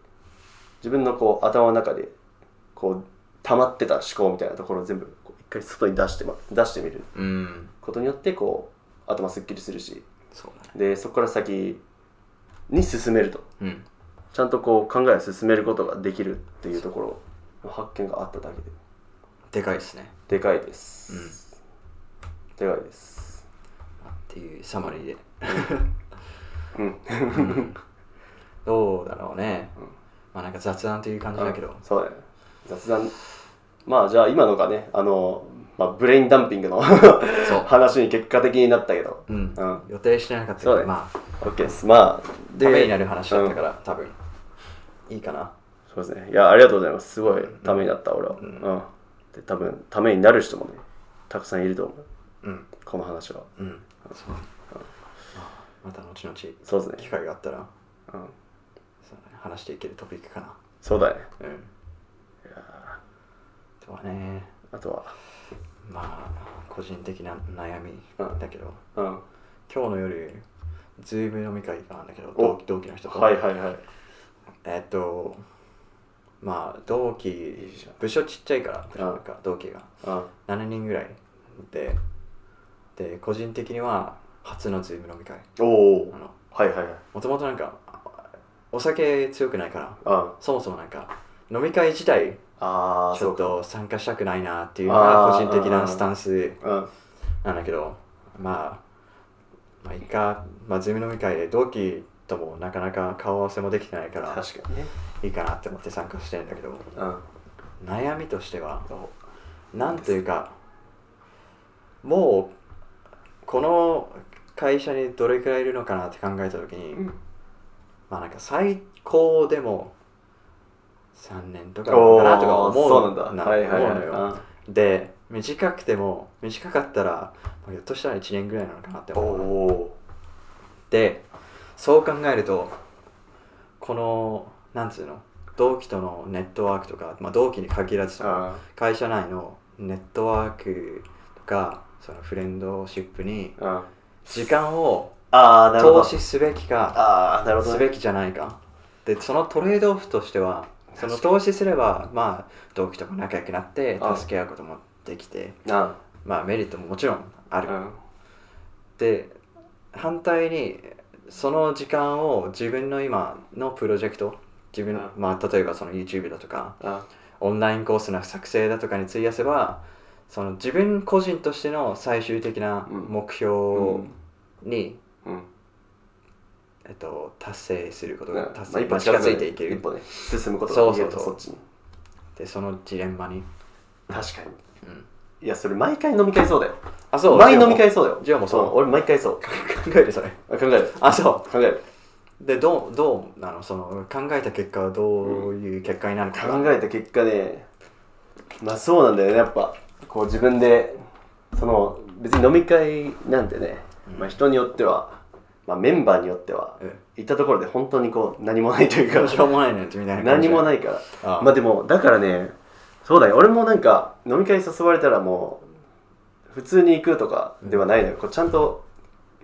B: 自分のこう頭の中でこう溜まってた思考みたいなところを全部こう一回外に出して,、ま、出してみる
A: うん
B: ことによってこう頭すっきりするし
A: そうだね
B: でそこから先に進めると
A: うん
B: ちゃんとこう考えを進めることができるっていうところの発見があっただけで
A: でかいですね
B: でかいです、でかいです
A: っていうサマリーで
B: うん
A: どうだろうね、まあなんか雑談という感じだけど
B: そうだね雑談まあじゃあ今のがねあの、まあ、ブレインダンピングの
A: そう
B: 話に結果的になったけど
A: うん
B: うん
A: 予定してなかったけ
B: そう
A: ど、
B: だね
A: まあ
B: OK ですまあ
A: ためになる話だったから、多分いいかな
B: そうですねいやありがとうございますすごいためになった俺はうん、で多分ためになる人もねたくさんいると思う
A: うん
B: この話は
A: うんそうまあまた後々機
B: そうですね、
A: 会があったら
B: うん、
A: そうだね話していけるトピックかな
B: そうだね
A: うんあとはね
B: あとは
A: まあ個人的な悩み
B: うん
A: だけど、
B: うんは
A: 今日の夜ズーム飲み会があるんだけど
B: お
A: 同同期の人と、
B: いはいはい
A: えっとまあ同期
B: いじゃん
A: 部署ちっちゃいから部署なんか同期が
B: うん
A: 7人ぐらいでで個人的には初のズーム飲み会
B: おお
A: あの
B: はいはいはい
A: もともとなんかあお酒強くないから
B: うん
A: そもそもなんか飲み会自体
B: ああ
A: ち
B: そ
A: ょっ
B: うか
A: と参加したくないなっていうのが
B: あ
A: 個
B: ー
A: 人的なスタンス
B: うん
A: なんだけどまあまあいっか、まあ、ズーム飲み会で同期ともなかなか顔合わせもできてないから
B: 確かにね
A: いいかなって思って参加してるんだけど
B: うん
A: 悩みとしては
B: お
A: なんというかもうこの会社にどれくらいいるのかなって考えた時に、
B: うん
A: まあなんか最高でも3年とかなのかなとか思う
B: そうなんだ。はいはい
A: 思うのよ
B: は
A: で短くても短かったらまあひょっとしたら1年ぐらいなのかなって
B: い。お
A: 思うの
B: お
A: でそう考えるとこのなんつうの同期とのネットワークとか、まあ、同期に限らずそ
B: ー。
A: の
B: あ
A: 会社内のネットワークとかそのフレンドシップに
B: ーうん
A: 時間を
B: あー、なるほ
A: 投
B: ど。
A: 資すべきか
B: ああ、なるほど
A: す
B: ね。
A: べきじゃないかでそのトレードオフとしてはその投資すればまあ同期とも仲良くなって
B: あ
A: 助け合うこともできて
B: あ
A: まあメリットももちろんあ
B: ー
A: る
B: うん
A: で反対にその時間を自分の今のプロジェクト自分の
B: う
A: まあ例えばその YouTube だとか
B: あ
A: オンラインコースの作成だとかに費やせばその自分個人としての最終的な
B: うん
A: 目
B: う
A: 標
B: ん
A: に、
B: うん。
A: えっと、達成すること
B: ま
A: が
B: あ
A: 達
B: 一
A: 成、
B: 歩
A: 近づいていけ
B: 一
A: る
B: 歩ね、進むこと
A: そ
B: が
A: う
B: で
A: そ
B: き
A: う
B: る
A: そ
B: と、
A: う
B: そっちに。
A: でそのジレンマに、
B: 確かに。
A: うん、
B: いや、それ毎回飲み会そうだよ。
A: あそう
B: 毎
A: ジオ
B: 飲み会そうだよ。
A: ジオもそう
B: 俺毎回そう。
A: 考えるそれ
B: あ考える。
A: あそ
B: 考える。
A: うでどうどうなのその考えた結果はどういう結果になるかが、
B: 考えた結果ねまあそうなんだよねやっぱこう自分でその別に飲み会なんてね、
A: うん
B: まあ、人によっては、まあ、メンバーによっては、
A: うん
B: 行ったところで本当にこう何もないというか
A: しょうもないねみたいな
B: 何もないいから
A: ああ
B: まあでもだからねそうだよ俺もなんか飲み会誘われたらもう普通に行くとかではないのよ、こうちゃんと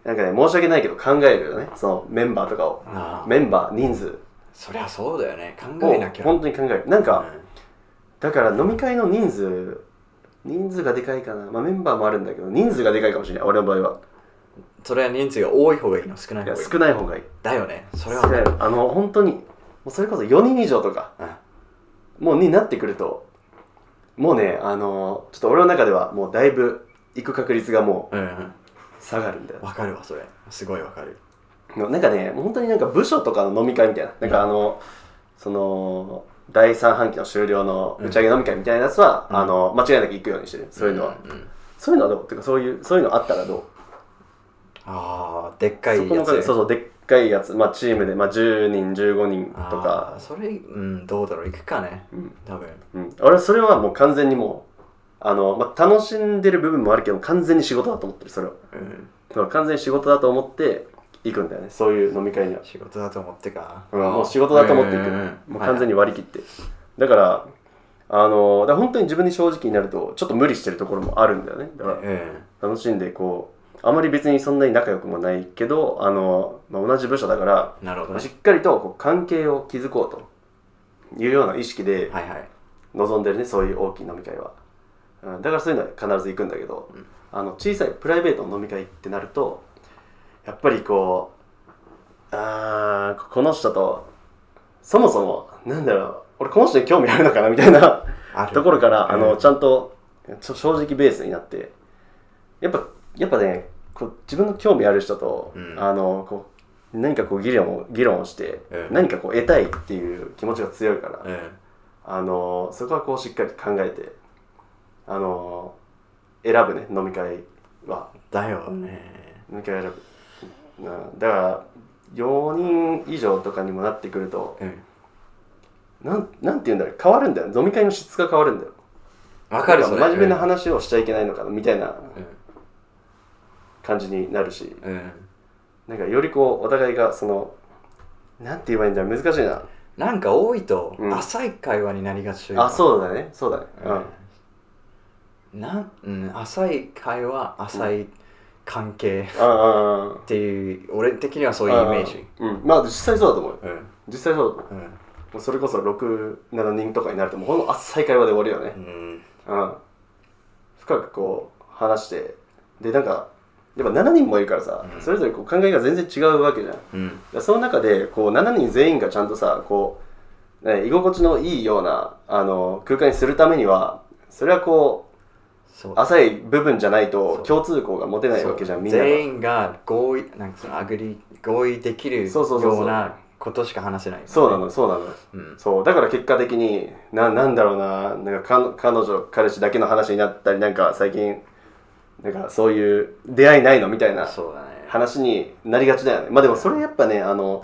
B: なんかね申し訳ないけど考えるよねそのメンバーとかを
A: ああ
B: メンバー人数
A: そりゃそうだよね考えなきゃ
B: を本当に考えるなんか、
A: うん
B: だから飲み会の人数人数がでかいかな、まあ、メンバーもあるんだけど人数がでかいかもしれない俺の場合は
A: それは人数が多い方がいいの少ない
B: い
A: 方
B: や
A: がいい
B: 少ない方がいい
A: だよねそれは
B: 少ないあの本当にもうそれこそ4人以上とか
A: うん
B: もうになってくるともうねあのちょっと俺の中ではもうだいぶ行く確率がも
A: うんうん
B: う下がるんだよ
A: わかるわそれすごいわかる
B: なんかねもう本当になんか部署とかの飲み会みたいななんかあのその第3半期の終了の打ち上げ飲み会みたいなやつは、
A: うん
B: あの間違いなく行くようにしてるそういうのは、
A: んん
B: そういうのはどうっていうかそういうそういうのあったらどう
A: ああでっかい
B: そこの
A: や
B: かそう
A: つ
B: そうでっかいやつ、まあ、チームで、まあ、10人15人と
A: あー
B: か、
A: それうんどうだろういくかね
B: うん
A: 多分
B: うん、俺はそれはもう完全にもうあの、まあ、楽しんでる部分もあるけど完全に仕事だと思ってるそれを
A: うん
B: だから完全に仕事だと思って行くんだよねそういう飲み会には、
A: 仕事だと思ってか
B: うんもう仕事だと思って行く、もう完全
A: に
B: に割り切って、だからあのだから本当に自分に正直になるとちょっと無理してるところもあるんだよねだから
A: うん
B: 楽しんでこうあまり別にそんなに仲良くもないけどあの、まあ、同じ部署だから
A: なるほど
B: し
A: ね
B: っかりとこう関係を築こうというような意識で
A: はいはい
B: 臨んでるねそういう大きい飲み会は、うん、だからそういうのは必ず行くんだけど、
A: うん
B: あの小さいプライベートの飲み会ってなるとやっぱりこうあーこの人とそもそもなんだろう俺この人に興味あるのかなみたいな
A: ある
B: ところから、あ
A: う
B: の
A: ん
B: ちゃんとちょ正直ベースになってやっぱやっぱねこう自分の興味ある人と、
A: うん
B: あのこう何かこう議論を議論をして、
A: うん
B: 何かこう得たいっていう気持ちが強いから、
A: うん
B: あのそこはこうしっかり考えてあの選ぶね飲み会は
A: だよね
B: 飲み会を選ぶ、うん、だから4人以上とかにもなってくると
A: うん
B: なんなんて言うんだろう変わるんだよ飲み会の質が変わるんだよ
A: わかる
B: なん
A: それ
B: 真面目な話をしちゃいけないのかなみたいな
A: うん
B: 感じになるし
A: うん
B: なんかよりこうお互いがそのなんて言えばいいんだろう難しいな
A: なんか多いと
B: うん
A: 浅い会話になりがちというか
B: あそうだねそうだね
A: うんなんうん浅い会話浅い関係っ
B: うんうんうんうん
A: ていう俺的にはそういうイメージ
B: うんまあ実際そうだと思うよ
A: うん
B: 実際そうだと思う
A: うん
B: もうそれこそ67人とかになるともうほんの浅い会話で終わるよね
A: うん
B: うん深くこう話してでなんかやっぱ7人もいるからさ、
A: うん
B: それぞれこう考えが全然違うわけじゃんだか
A: うん
B: らその中でこう7人全員がちゃんとさこう、ね、居心地のいいようなあの空間にするためにはそれはこ
A: そう
B: う浅い部分じゃないと
A: そう
B: 共通項が持てないわけじゃんみんなが
A: 全員が合意なんかそのアグリ合意できる
B: そうそうそうそう
A: ようなことしか話せない
B: そうなのそうなの
A: うん
B: そうだから結果的にななんだろうななんかか彼女彼氏だけの話になったりなんか最近なんかそういう出会いないのみたいな
A: そうだね
B: 話になりがちだよねまあでもそれやっぱねあの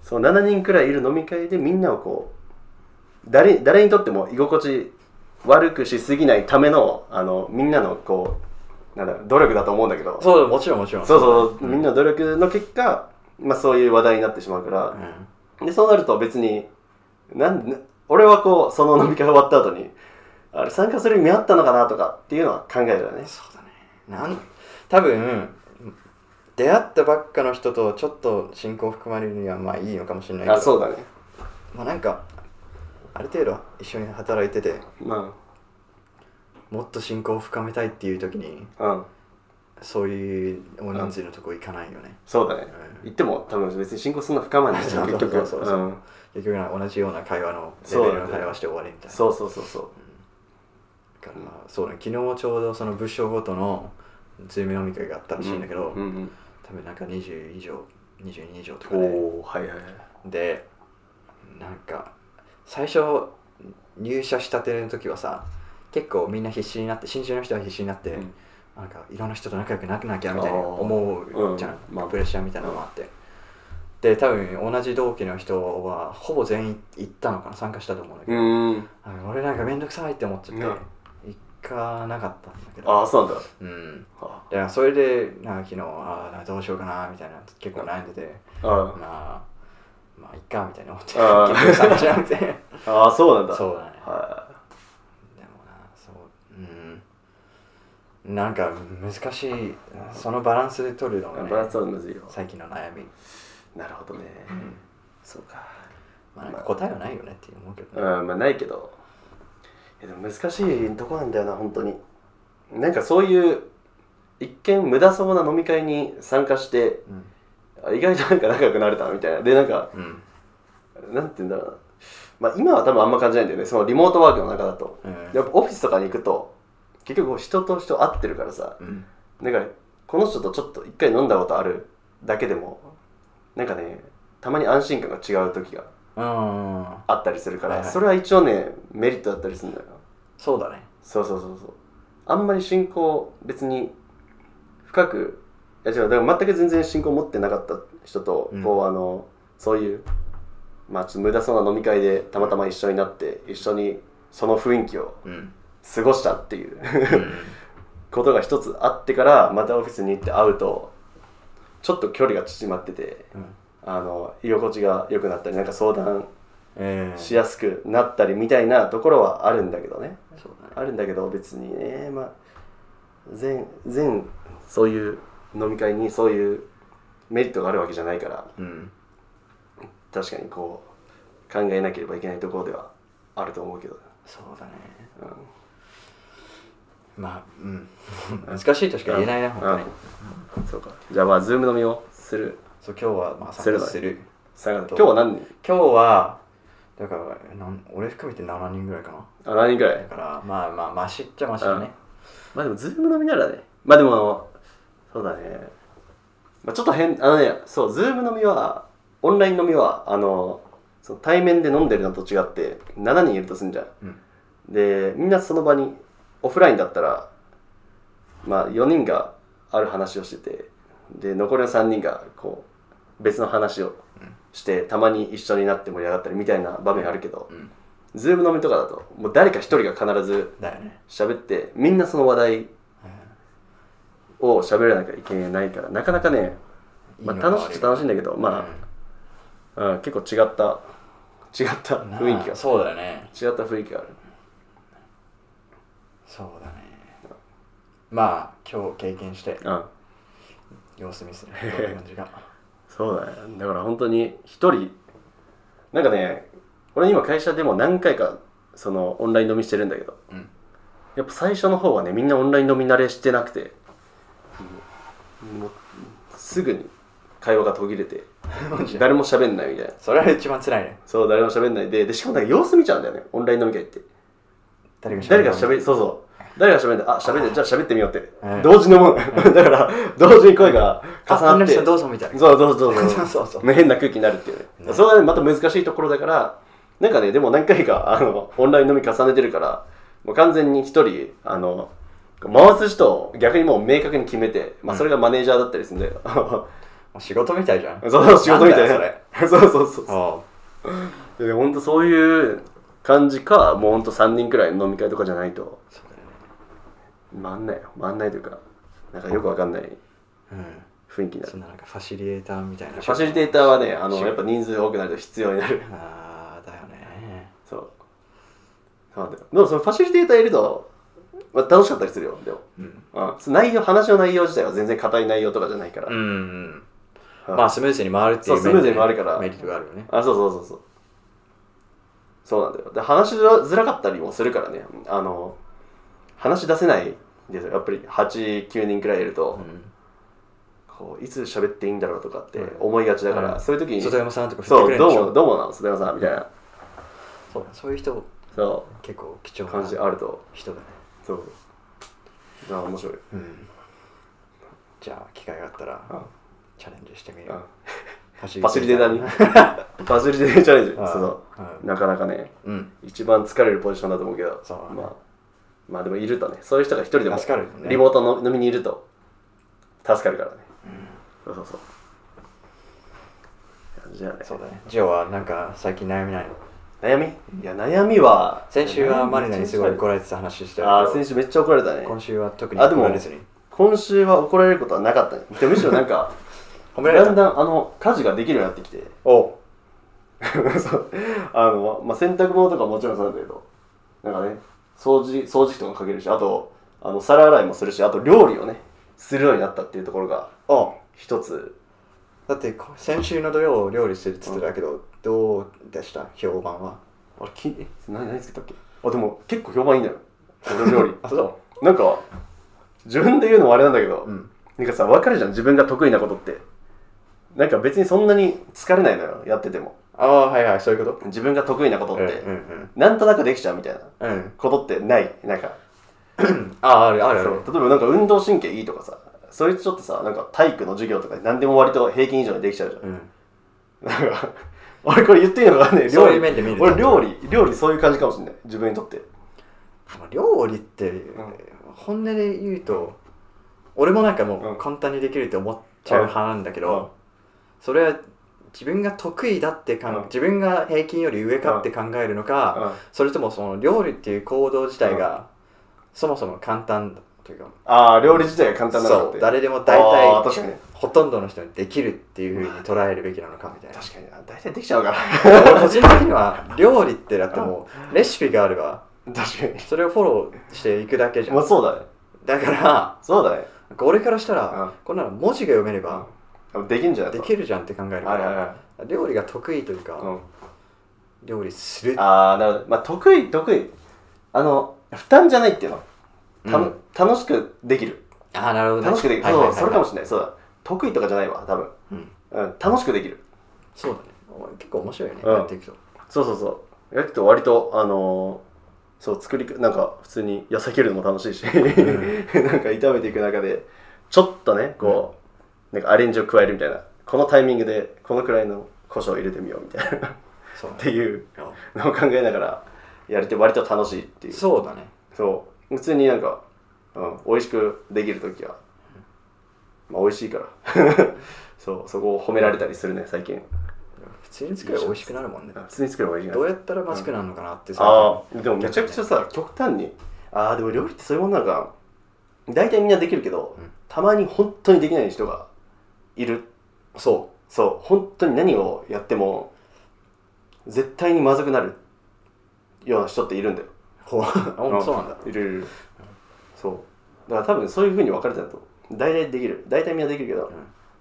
B: そう7人くらいいる飲み会でみんなをこう誰誰にとっても居心地悪くしすぎないためのあのみんなのこうなんだろう努力だと思うんだけどそう
A: そうもちろんもちろん
B: そうそう、みんなの努力の結果、まあ、そういう話題になってしまうから、
A: うん
B: でそうなると別になんな俺はこうその飲み会終わった後にあれ参加する意味あったのかなとかっていうのは考えるよね
A: そうだねなん多分出会ったばっかの人とちょっと親交含まれるにはまあいいのかもしれないけど
B: あそうだね
A: まあなんかある程度一緒に働いてて
B: ま
A: もっと親交を深めたいっていう時に
B: あうん
A: そういう大人数のとこ行かないよね、
B: そうだね
A: うん
B: 言っても多分別に進行そんな深まんないじゃん
A: そう
B: 結
A: そう
B: 局
A: そうそう
B: うん
A: 結局同じような会話のレ
B: そう
A: ベ
B: だね
A: ルの会話して終わりみたいな
B: そうそうそうそう
A: だからまあそうね昨日ちょうどその部署ごとのズーム飲み会があったらしいんだけど、
B: うんうん
A: 多分なんか20以上22以上とか
B: お
A: で、
B: おはいはいはい
A: でなんか最初入社したての時はさ結構みんな必死になって新人の人は必死になって、
B: うん
A: なんかいろんな人と仲良くなくなきゃみたいな
B: あー
A: 思うじゃん、
B: うんまあ
A: プレッシャーみたいなのもあって、で多分同じ同期の人はほぼ全員行ったのかな参加したと思うんだけ
B: う
A: ど、
B: ーん
A: あ俺なんか面倒くさいって思っちゃって、
B: うん
A: 一かなかったんだけど
B: ああそうなんだ
A: うん
B: あ
A: いやそれでなんか昨日ああどうしようかなみたいな結構悩んでて
B: あ
A: まあまあいっかみたいな思って結
B: あー
A: 局されちゃって
B: ああそうなんだ
A: そうだね
B: は
A: でもなそううんなんか難しいそのバランスで取るのが
B: い
A: ね
B: バランスはむずいよ
A: 最近の悩み、
B: なるほどねそうか
A: まあ、なんか答えはないよねって思うけど、
B: う
A: ね
B: んまあないけどいやでも難しいとこなんだよな本当になんかそういう一見無駄そうな飲み会に参加して
A: うん
B: あ意外となんか仲良くなれたみたいなでなんか
A: うん
B: なんて言うんだろうな、まあ、今は多分あんま感じないんだよねそのリモートワークの中だと
A: うん
B: やっぱオフィスとかに行くと結局こう人と人会ってるからさ
A: うん
B: なんかこの人とちょっと一回飲んだことあるだけでもなんかねたまに安心感が違う時が
A: うん
B: あったりするから、
A: はいはい
B: それは一応ねメリットだったりするんだよ
A: そうだね
B: そうそうそうそうあんまり進行別に深くいや違うだから全く全然進行持ってなかった人と、
A: うん
B: こうあのそういうまあちょっと無駄そうな飲み会でたまたま一緒になって一緒にその雰囲気を
A: うん
B: 過ごしたってい
A: う
B: う
A: ん
B: ことが一つあってからまたオフィスに行って会うとちょっと距離が縮まってて
A: うん
B: あの居心地が良くなったりなんか相談
A: ええ
B: しやすくなったりみたいなところはあるんだけどね
A: そうだね
B: あるんだけど別にねまあ全全そういう飲み会にそういうメリットがあるわけじゃないから
A: うん
B: 確かにこう考えなければいけないところではあると思うけど、
A: そうだね
B: うん、
A: まあうん難しいとしか言えないね
B: うん
A: 本当に
B: そうかじゃあまあズーム飲みをする
A: そう今日はまあ
B: する
A: 参加する
B: さ今日は何人
A: 今日はだからなん俺含めて7人ぐらいかな
B: あ何人ぐら
A: だ
B: い
A: からまあまあマシっちゃマシだね
B: まあでもズーム飲みならねまあでもそうだね、まあ、ちょっと変あのねそうズーム飲みはオンライン飲みはあのその対面で飲んでるのと違って7人いるとすんじゃん
A: うん
B: でみんなその場にオフラインだったらまあ4人がある話をしててで残りの3人がこう別の話をしてたまに一緒になって盛り上がったりみたいな場面あるけど、
A: うん
B: ズーム飲みとかだともう誰か1人が必ず
A: だよね
B: 喋ってみんなその話題を喋らなきゃいけないからなかなかね、まあ、楽しいっちゃ楽しいんだけどまあ、うん結構違った違った
A: あ
B: 雰囲気が
A: そうだよね
B: 違った雰囲気がある
A: そうだねまあ今日経験して
B: うん
A: 様子見すねどういう感じが
B: そうだねだから本当に一人なんかね俺今会社でも何回かそのオンライン飲みしてるんだけど
A: うん
B: やっぱ最初の方はねみんなオンライン飲み慣れしてなくてもうすぐに会話が途切れて誰も喋んないみたいな
A: それは一番辛いね
B: そう誰も喋んないででしかもなんか様子見ちゃうんだよねオンライン飲み会って
A: 誰が喋
B: 誰が喋りそうそう誰が喋んだあ喋ってじゃあ喋ってみようって、
A: うん
B: 同時の ものだから同時に声が
A: 重
B: 重な
A: な
B: っ
A: っててどうぞみたいな
B: そうそうそうそ う
A: そうそうそう
B: 変な空気になるっていうね、
A: うん
B: それがねまた難しいところだからなんかねでも何回かあのオンライン飲み重ねてるからもう完全に一人あの回す人を逆にもう明確に決めて、まあ、それがマネージャーだったりするんだよ、
A: もう仕事みたいじゃん
B: そう仕事みたい
A: んだ
B: な
A: よそれ
B: そうそうそうそう
A: あ
B: ででも本当そういう感じかもう本当3人くらいの飲み会とかじゃないと
A: あそうだよね
B: 回んないよ回んないというかなんかよくわかんない
A: うん
B: 雰囲気にな
A: そ
B: る
A: んななんかファシリエーターみたいな
B: ファシリテーターはねあの
A: 仕事
B: やっぱ人数多くなると必要になる
A: ああだよね
B: そうそうなんだよでもそのファシリテーターいると、まあ、楽しかったりするよでも、
A: うん
B: うん、その内容話の内容自体は全然硬い内容とかじゃないから、
A: うんうん
B: うん
A: まあスムーズに回るっていう
B: そうスムーズに回るから
A: メリットがあるよね
B: あそうそうそうそうそうなんだよで話しづらづらかったりもするからねあの話し出せないんですよやっぱり89人くらいいると、こういつ喋っていいんだろうとかって思いがちだから、
A: うん
B: そういう時に
A: 外山さんとか振って
B: そ
A: くれ
B: う
A: るんで
B: ど
A: し
B: うも
A: ょ
B: どうもなの須山さんみたいな
A: そうそういう人
B: そ
A: 結構貴
B: う
A: 重
B: 感じ
A: な
B: あると
A: 人だね
B: そうあ面白い
A: うんじゃあ機会があった
B: うん
A: らチャレンジしてみ
B: うん
A: よう
B: バ
A: パ
B: シリテーターにバシリテーターチャレンジ
A: あ
B: そ
A: あ
B: うなかなかね
A: うん
B: 一番疲れるポジションだと思うけど
A: そうだね
B: まあまあでもいるとねそういう人が一人でも
A: 助かるよね
B: リモートの飲みにいると助かるからね、そうそうそうじゃあね
A: そうだねジオはなんか最近悩みないの
B: 悩みいや悩みは
A: 先週はマリナにすごい怒られてた話したけど
B: ああ先週めっちゃ怒られたね
A: 今週は特に
B: あで
A: 怒
B: も
A: られずに
B: 今週は怒られることはなかったねでむしろな んか
A: 褒められ
B: だ
A: た
B: んだんあの家事ができるようになってきて
A: おう
B: そうあの、まあ、洗濯物とかもちろんそうだけどなんかね掃除掃除機とかもかけるしあとあの皿洗いもするしあと料理をねするようになったっていうところが
A: おう
B: 一つ
A: だってこ先週の土曜料理するっつってたけど、どうでした評判は
B: あれきえ何何つけたっけあでも結構評判いいんだよ俺の料理
A: あそ
B: なんか自分で言うのもあれなんだけど、
A: ん
B: なんかさ分かるじゃん自分が得意なことってなんか別にそんなに疲れないのよやってても
A: ああはいはいそういうこと
B: 自分が得意なことって、
A: うんうん
B: なんとなくできちゃうみたいな
A: うんうん
B: ことってないなんか
A: あああるあるあ
B: そ
A: る
B: う例えばなんか運動神経いいとかさそいつちょっとさなんか体育の授業とかで何でも割と平均以上にできちゃうじゃん、
A: うん
B: なんか 俺これ言っていいのかね
A: そういう面で見ると
B: 俺料理料理そういう感じかもしれない自分にとって
A: まあ料理って、
B: ん
A: 本音で言うと俺もなんかも
B: うん
A: う簡単にできるって思っちゃう派なんだけど、
B: うん
A: それは自分が得意だってかん、
B: うん
A: 自分が平均より上かって考えるのか、
B: うん
A: それともその料理っていう行動自体がそもそも簡単だというか
B: ああ料理自体が簡単なの
A: そ
B: っ
A: う
B: て
A: 誰でも
B: あ
A: 大
B: ー確か
A: 体
B: に
A: ほとんどの人にできるっていうふうに捉えるべきなのかみたい な
B: 確かにあ大体できちゃうから
A: 俺個人的には料理ってだってもうレシピがあれば
B: 確かに
A: それをフォローしていくだけじゃ
B: まあ
A: ん
B: そうだね
A: だから
B: そうだね
A: 俺からしたら、
B: うん
A: こんなの文字が読めれば
B: うんできんじゃない
A: で
B: と
A: きるじゃんって考えるか
B: はいはい
A: ら、
B: は
A: 料理が得意というか、
B: い、うん
A: 料理する
B: ああなるほどまあ得意得意あの負担じゃないっていうのたの、
A: うん
B: 楽しくできる
A: あーなるほどね
B: 楽しくできる、
A: はいはいはい
B: そうそれかもしれないそうだ得意とかじゃないわ多分、
A: うん
B: うん、楽しくできる
A: そうだねお前結構面白いよね、
B: うん
A: やっていくと
B: そうそうそう焼くと割とあのーそう作りなんか普通に野菜切るのも楽しいし、 なんか炒めていく中でちょっとねこう、なんかアレンジを加えるみたいなこのタイミングでこのくらいの胡椒を入れてみようみたいな っ
A: そうだ
B: て
A: ね
B: いう
A: うん
B: のを考えながらやれて割と楽しいっていう
A: そうだね
B: そう普通になんか、うん、美味しくできる時は、まあ、美味しいから そうそこを褒められたりするね最近
A: 普通に作れば美味しくなるもんね
B: あ普通に作れば美味しい
A: どう
B: な
A: やったらまずくなるのかなってさ、
B: ああでもめちゃくちゃさ極端にああでも料理ってそういうもんなのか大体みんなできるけど、
A: うん
B: たまに本当にできない人がいる
A: そ
B: そう本当に何をやっても絶対にまずくなるような人っているんだよ
A: うほうあそうなんだ
B: いるいるいるそうだから多分そういうふうに分かれてると大体できる大体みんなできるけど、
A: ん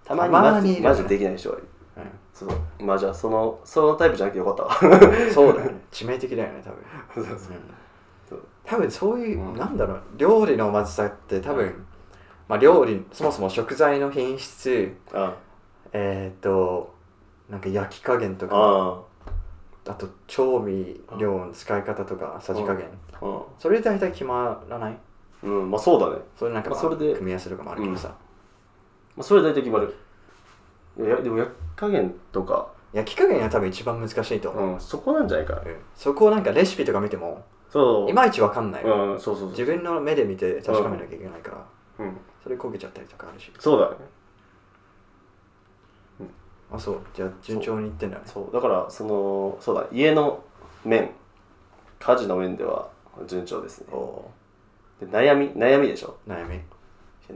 B: たまに
A: た
B: マ
A: まにい
B: ジ
A: るよね
B: マジできない人がいる
A: う
B: そうまあじゃあそのそのタイプじゃなくてよかったわ
A: んそうだよね致命的だよね多分
B: そうそうそう
A: うん
B: そう
A: 多分そういう、
B: うん
A: なんだろう料理のまずさって多分、まあ料理そもそも食材の品質
B: あ
A: えっ、ー、となんか焼き加減とか
B: あ
A: あと調味料の使い方とかさじ加減
B: あ
A: それで大体決まらない
B: うん、うん、まあそうだね、
A: それなんか、まあ、
B: それで
A: 組み合わせとかもあるけどさ、
B: まあ、それは大体決まるいやでも焼き加減とか、
A: 焼き加減が多分一番難しいと思う、
B: うん、そこなんじゃないかな
A: うんそこをなんかレシピとか見ても
B: そう
A: いまいちわかんない、
B: うんそうそうそ
A: 自
B: う、
A: 分の目で見て確かめなきゃいけないから、
B: うん、
A: それ焦げちゃったりとかあるし
B: そうだね
A: あそうじゃあ順調にいってんだね
B: そうだからそのそうだ家の面家事の面では順調ですね
A: お
B: で悩み悩みでしょ
A: ー悩み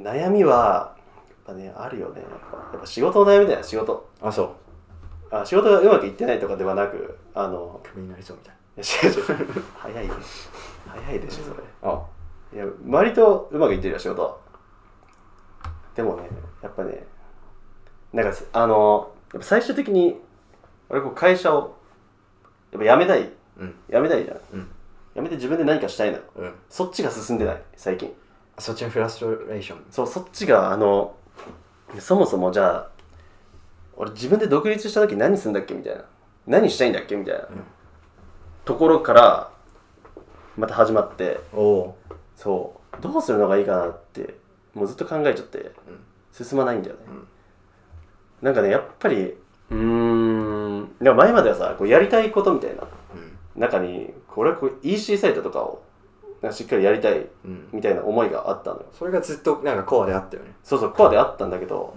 B: 悩みはやっぱねあるよねやっぱやっぱ仕事の悩みだよ仕事
A: あそう
B: あ仕事がうまくいってないとかではなくあの
A: クビになりそうみたい
B: いや違う違う早いよ早いでしょそれ
A: なあ
B: いや割とうまくいってるよ仕事でもねやっぱねなんかすあのやっぱ最終的に俺こう会社をやっぱ辞めたい
A: うん
B: 辞めたいじゃん
A: うん
B: 辞めて自分で何かしたいのよ
A: うん
B: そっちが進んでない最近
A: そっちのフラストレーション
B: そうそっちがあのそもそもじゃあ俺自分で独立した時何するんだっけみたいな何したいんだっけみたいな、ところからまた始まって
A: おお
B: そうどうするのがいいかなってもうずっと考えちゃって
A: ん
B: 進まないんだよね、
A: ん
B: なんかねやっぱりうーんでも前まではさこうやりたいことみたいな
A: うん
B: 中にこれはこう EC サイトとかをなんかしっかりやりたい
A: うん
B: みたいな思いがあったのよ
A: それがずっとなんかコアであったよね
B: そうそうコアであったんだけど、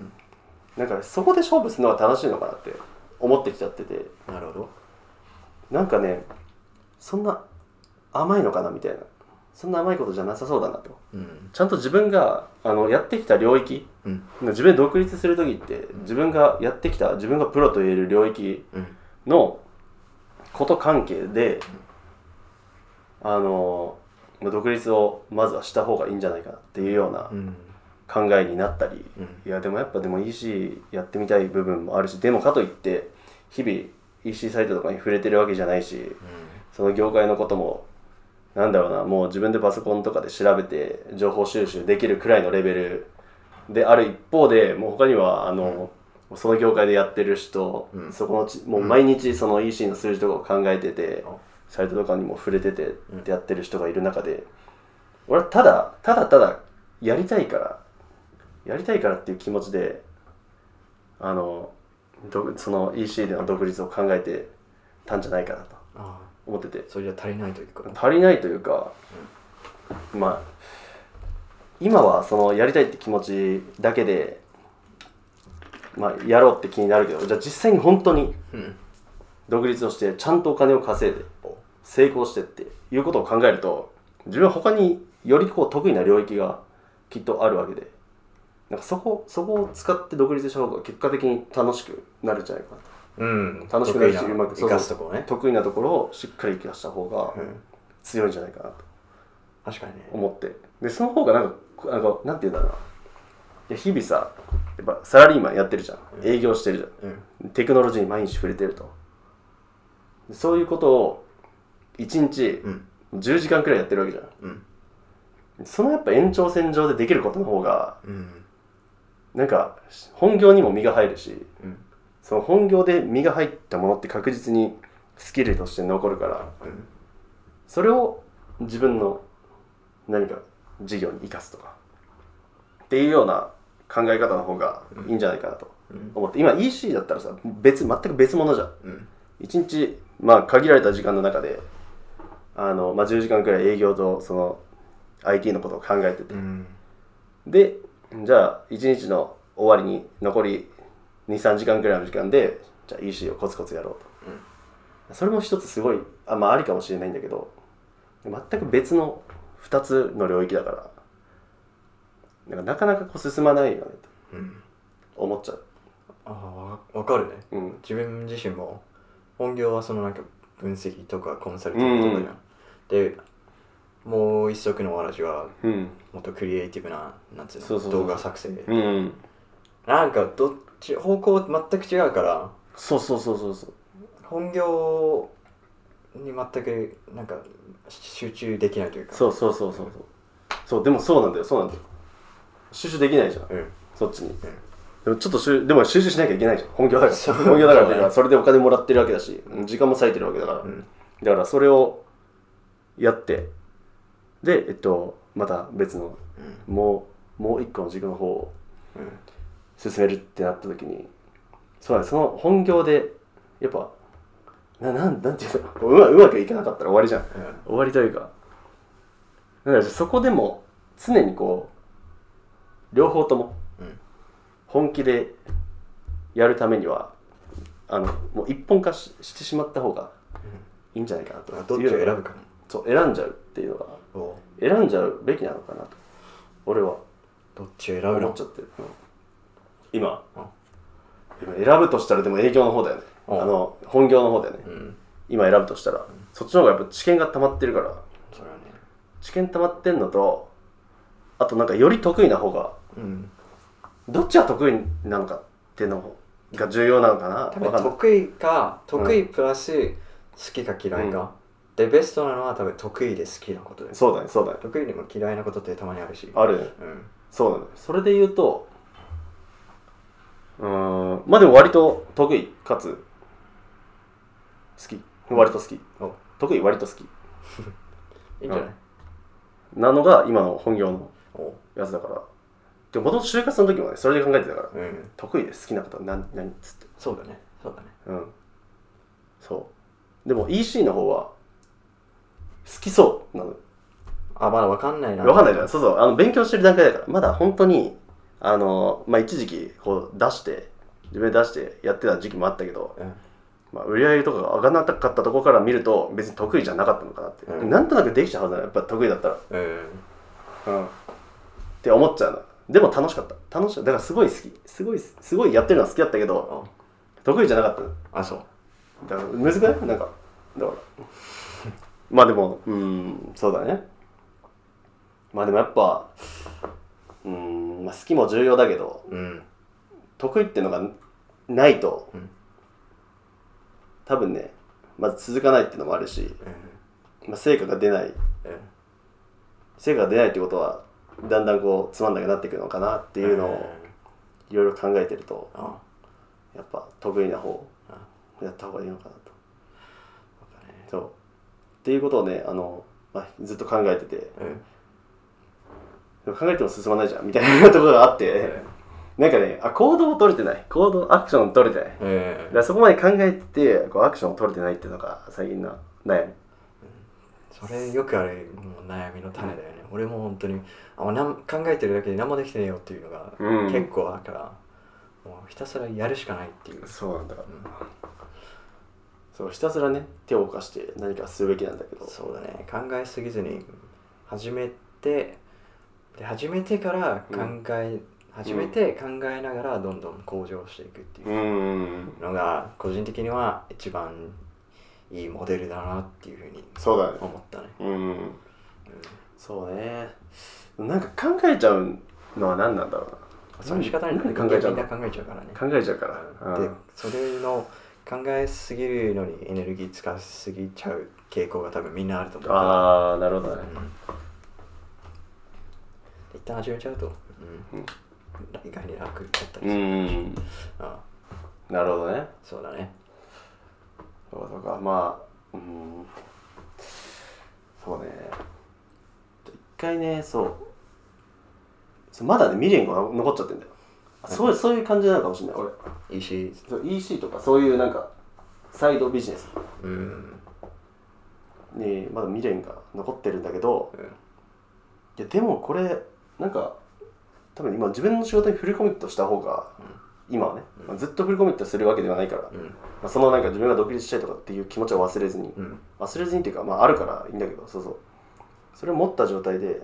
B: なんかそこで勝負するのが楽しいのかなって思ってきちゃってて
A: なるほど
B: なんかねそんな甘いのかなみたいなそんな甘いことじゃなさそうだなと
A: うん
B: ちゃんと自分があのやってきた領域
A: うん
B: 自分で独立する時って自分がやってきた自分がプロと言える領域
A: うん
B: のこと関係であのまあ独立をまずはした方がいいんじゃないかなっていうような
A: うん
B: 考えになったりいやでもやっぱでも EC やってみたい部分もあるしでもかといって日々 EC サイトとかに触れてるわけじゃないしその業界のこともなんだろうなもう自分でパソコンとかで調べて情報収集できるくらいのレベルである一方でもう他にはあの、その業界でやってる人、
A: うん
B: そこのちもう毎日その EC の数字とかを考えてて、
A: あ
B: サイトとかにも触れてて
A: うん
B: ってやってる人がいる中で、俺はただただただやりたいからやりたいからっていう気持ちであのどその EC での独立を考えてたんじゃないかなと
A: ああ
B: 思ってて
A: それじゃ足りないというか
B: 足りないというか、まあ今はそのやりたいって気持ちだけで、まあ、やろうって気になるけどじゃあ実際に本当に
A: うん
B: 独立をしてちゃんとお金を稼いで
A: お
B: 成功してっていうことを考えると自分は他によりこう得意な領域がきっとあるわけでなんかそこそこを使って独立した方が結果的に楽しくなるんじゃないかなと
A: うん
B: 楽しくなるし
A: 得意
B: うまく
A: 生かすとこね
B: 得意なところをしっかり生かした方が
A: うん
B: 強いんじゃないかなと
A: 確かにね
B: 思ってでその方がなんかこなんかなんて言うんだろうないや日々さやっぱサラリーマンやってるじゃん営業してるじゃん
A: うん
B: テクノロジーに毎日触れてるとそういうことを1日
A: うん
B: 10時間くらいやってるわけじゃん
A: うん
B: そのやっぱ延長線上でできることの方が
A: うん
B: なんか本業にも身が入るし
A: うん
B: その本業で身が入ったものって確実にスキルとして残るから
A: うん
B: それを自分の何か事業に生かすとかっていうような考え方の方がいいんじゃないかなと
A: うん
B: 思って今 EC だったらさ別全く別物じゃん
A: うん
B: 一日まあ限られた時間の中であの、まあ、10時間くらい営業とその IT のことを考えてて
A: うん
B: でじゃあ1日の終わりに残り23時間くらいの時間でじゃあ EC をコツコツやろうと、それも一つすごいあ,、まあ、ありかもしれないんだけど全く別の2つの領域だからなんかなかなかこう進まないよね
A: うん
B: と思っちゃう、
A: ああわわかるね
B: うん、
A: 自分自身も本業はそのなんか分析とかコンサルティングとかじゃん、でもう一足のわらじは
B: うん
A: もっとクリエイティブななんつうの
B: そうそうそう
A: 動画作成、
B: うん
A: なんかどっち方向全く違うから
B: そうそうそうそうそう
A: 本業に全くなんか集中できないというか
B: そうそうそうそうそうそうでもそうなんだよそうなんだよ集中できないじゃん
A: うん
B: そっちに
A: うん
B: でもちょっとしゅでも集中しなきゃいけないじゃん本業だか
A: そ
B: ら
A: う
B: 本業だからってい
A: そう
B: うか
A: ね
B: それでお金もらってるわけだし時間も割いてるわけだから、
A: うん
B: だからそれをやってでえっとまた別の
A: うん
B: もうもう一個の軸の方を
A: うん
B: 進めるってなった時にそうだねその本業でやっぱななんなんていうのこううまうまくいかなかったら終わりじゃん
A: うん
B: 終わりというかなんだろうそこでも常にこう両方とも
A: うん
B: 本気でやるためにはあのもう一本化ししてしまった方がいいんじゃないかなと
A: だからどっちを選ぶかな
B: そう選んじゃうっていうのが
A: おう
B: 選んじゃうべきなのかなと俺は
A: どっちを選ぶ
B: 思っ
A: の
B: ちゃってる、今
A: うん
B: 今選ぶとしたらでも営業の方だよねあ
A: うん
B: の本業の方だよね
A: うん
B: 今選ぶとしたらそっちの方がやっぱ知見が溜まってるから
A: それはね
B: 知見溜まってんのとあとなんかより得意な方が
A: うん
B: どっちが得意なのかっていうのが重要なのかな
A: 多
B: わか
A: 分
B: んない
A: 得意か得意プラス好きか嫌いか、でベストなのは多分得意で好きなことです
B: そうだねそうだね
A: 得意でも嫌いなことってたまにあるし
B: あるね
A: うん
B: そうなのよそれで言うとうーんまあでも割と得意かつ好き割と好き
A: お
B: 得意割と好き
A: いいんじゃない、
B: なのが今の本業の
A: おう
B: やつだからでもともと就活の時もねそれで考えてたから
A: うん
B: 得意で好きなことは何何っつって
A: そうだねそうだね
B: うんそうでも EC の方は好きそうなの
A: あまだわかんないな
B: わかんないじゃんそうそうあの勉強してる段階だからまだ本当にあのまあ一時期こう出して自分で出してやってた時期もあったけど
A: うん
B: まあ、売り上げとかが上がらなかったところから見ると別に得意じゃなかったのかなって、
A: うん
B: なんとなくできちゃうはずだよやっぱ得意だったら、
A: うん
B: うん、って思っちゃうのでも楽しかった楽しかっただからすごい好きすごいすごいやってるのは好きだったけど
A: あ
B: 得意じゃなかったの
A: あそう
B: だから難しくないなんかだからまあでもうんそうだねまあでもやっぱうん、まあ、好きも重要だけど
A: うん
B: 得意っていうのがないと、
A: うん
B: 多分ねまず続かないっていうのもあるし、まあ、成果が出ない
A: うん
B: 成果が出ないってことはだんだんこうつまんなくなっていくのかなっていうの
A: ん
B: をいろいろ考えてると
A: あ
B: やっぱ得意な方
A: あ
B: やった方がいいのかなと
A: わかるね
B: そうっていうことをねあの、まあ、ずっと考えてて
A: うん
B: でも考えても進まないじゃんみたいなところがあってなんかねあ行動を取れてない行動アクション取れてない
A: うん
B: だからそこまで考えてこうアクションを取れてないっていうのが最近の悩み
A: それよくあれもう悩みの種だよね俺も本当にあなん考えてるだけで何もできてねえよっていうのが
B: うん
A: 結構だから、もうひたすらやるしかないっていう、
B: そうなんだ
A: うん
B: そうひたすらね手を動かして何かするべきなんだけど
A: そうだね考えすぎずに始めてで始めてから考え、始めて考えながらどんどん向上していくっていう
B: うーん
A: のが個人的には一番いいモデルだなっていうふうに
B: そうだね
A: 思ったね、
B: うんそうねなんか考えちゃうのは何なんだろうな
A: その仕方に
B: なんで考えちゃう
A: みんな
B: の
A: 考えちゃうからね
B: 考えちゃうから
A: でそれの考えすぎるのにエネルギー使いすぎちゃう傾向が多分みんなあると思うから
B: ああーなるほどね
A: うん、一旦始めちゃうと、うん
B: うん
A: 意外に楽だったり
B: う
A: する、
B: ん
A: あ
B: なるほどね
A: そうだね
B: そうかそうかまあうんそうね一回ねそうそうまだね未練が残っちゃってんだよあそうそういう感じなのかもしれない俺
A: いいし
B: そう EC とかそういうなんかサイドビジネス
A: うん
B: にまだ未練が残ってるんだけど
A: うん
B: いやでもこれなんか多分今自分の仕事にフルコミットした方が今はね、まあずっとフルコミットするわけではないから、ま
A: うん
B: あ、そのなんか自分が独立したいとかっていう気持ちは忘れずに、
A: うん
B: 忘れずにっていうかまああるからいいんだけどそうそうそれを持った状態で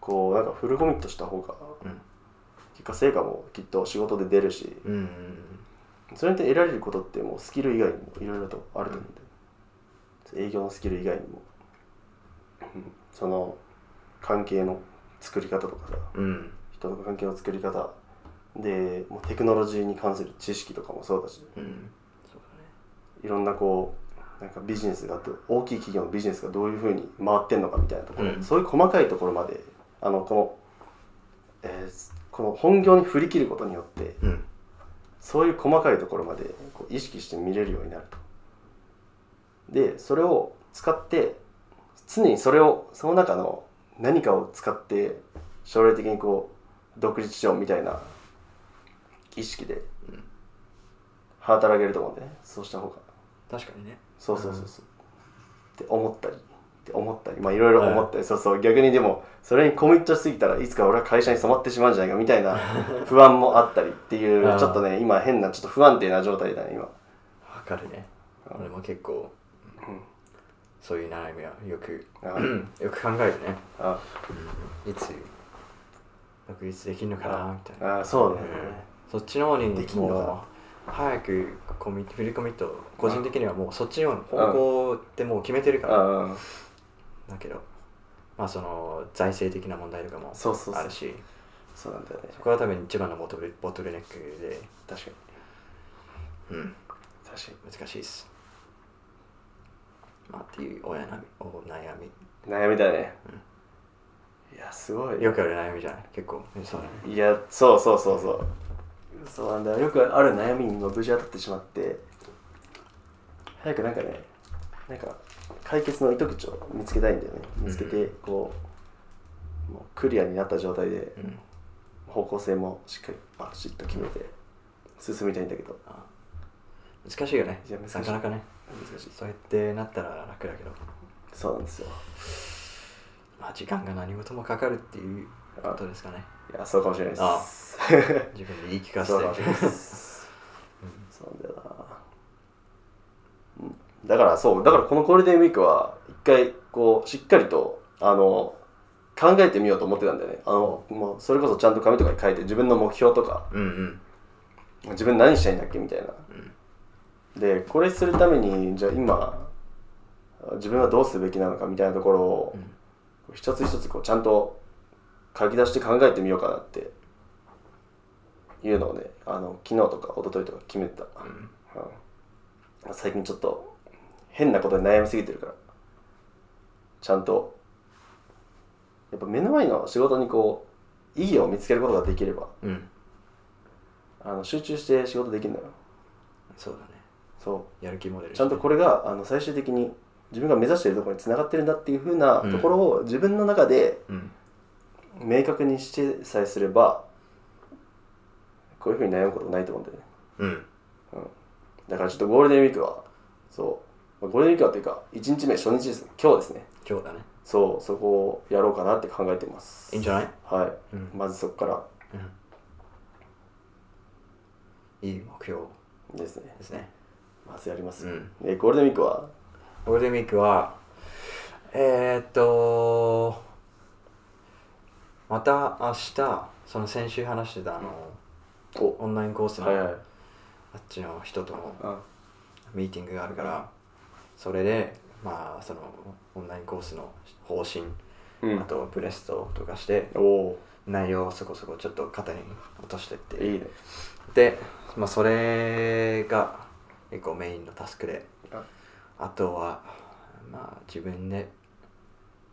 B: こうなんかフルコミットした方が
A: うん
B: 結果成果もきっと仕事で出るし
A: うん
B: それによって得られることってもうスキル以外にもいろいろとあると思うんだよ、営業のスキル以外にもうんその関係の作り方とかさ
A: うん
B: 人との関係の作り方でもうテクノロジーに関する知識とかもそうだし
A: うんそうだね
B: いろんなこうなんかビジネスがど大きい企業のビジネスがどういうふうに回ってんのかみたいなところ、
A: うん
B: そういう細かいところまであのこの、えーこの本業に振り切ることによって
A: うん
B: そういう細かいところまでこう意識して見れるようになると。でそれを使って常にそれをその中の何かを使って将来的にこう独立しようみたいな意識で
A: うん
B: 働けると思うんだよねそうした方が。
A: 確かにね
B: そうそうそうそう、って思ったりって思ったりまあいろいろ思ったり、そうそう逆にでもそれにコミットしすぎたらいつか俺は会社に染まってしまうんじゃないか みたいな不安もあったりっていう
A: あー
B: ちょっとね今変なちょっと不安定な状態だね今
A: わかるね俺も結構、
B: ん
A: そういう悩みはよく
B: あ
A: う
B: ー
A: ん よく考えるね
B: あ
A: いつ独立できるのかなみたいな
B: あーそうだね、
A: そっちの方に
B: できんのかな
A: もう早くコミ振り込みと個人的にはもうそっちの方向ってもう決めてるから、
B: ああ
A: だけどまあその財政的な問題とかも
B: そうそうそう
A: あるし
B: そうなんだよね
A: そこが多分一番のボトルボトルネックで、
B: 確かに
A: うん、
B: 確か
A: 難しいですまあっていうお悩みお悩
B: に悩みだね、いやすごい
A: みよくある悩みじゃない結構そうだね
B: いやそうそうそうそうそうなんだよよくある悩みにも無事当たってしまって早くなんかねなんか解決の糸口を見つけたいんだよね見つけてこうもうクリアになった状態で
A: うん
B: 方向性もしっかりバシッと決めて進みたいんだけど
A: あ難しいよね
B: いや難しい
A: なかなかね
B: 難しい
A: そうやってなったら楽だけど
B: そうなんですよ
A: まあ時間が何事もかかるっていうことですかね
B: いやそうかもしれないです
A: あ
B: そう
A: 自分で言い聞かせ
B: かもしれない
A: て
B: ですそうなんだよなだからそうだからこのゴールデンウィークは一回こうしっかりとあの考えてみようと思ってたんだよねあの、もうそれこそちゃんと紙とかに書いて自分の目標とか
A: うんうん
B: 自分何したいんだっけみたいな、でこれするためにじゃあ今自分はどうすべきなのかみたいなところを、一つ一つこうちゃんと書き出して考えてみようかなっていうのをねあの昨日とか一昨日とか決めてた、うん最近ちょっと変なことに悩みすぎてるからちゃんとやっぱ目の前の仕事にこう意義を見つけることができれば
A: うん
B: あの集中して仕事できるんだよ
A: そうだね
B: そ
A: やる気モデ
B: う
A: ル
B: ちゃんとこれがあの最終的に自分が目指しているところにつながってるんだっていうふうなところを自分の中で
A: うん
B: 明確にしてさえすればこういうふうに悩むことないと思うんだよね
A: うん
B: だからちょっとゴールデンウィークはそうまあゴールデンウィークはというか1日目初日ですね今日ですね
A: 今日だね
B: そうそこをやろうかなって考えてます
A: いいんじゃない
B: はい、
A: うん
B: まずそこから
A: いい目標
B: ですね
A: ですね
B: まずやります、
A: うん
B: えゴールデンウィークは
A: ゴールデンウィークはえー、っとまた明日その先週話してたあの
B: お
A: オンラインコースの
B: はいはい
A: あっちの人との
B: あ
A: ミーティングがあるからそれでまあそのオンラインコースの方針
B: うん
A: あとブレストとかして
B: おお
A: 内容をそこそこちょっと肩に落としてって
B: ーいいね
A: で、まあ、それが結構メインのタスクで
B: あ
A: あとはまあ自分で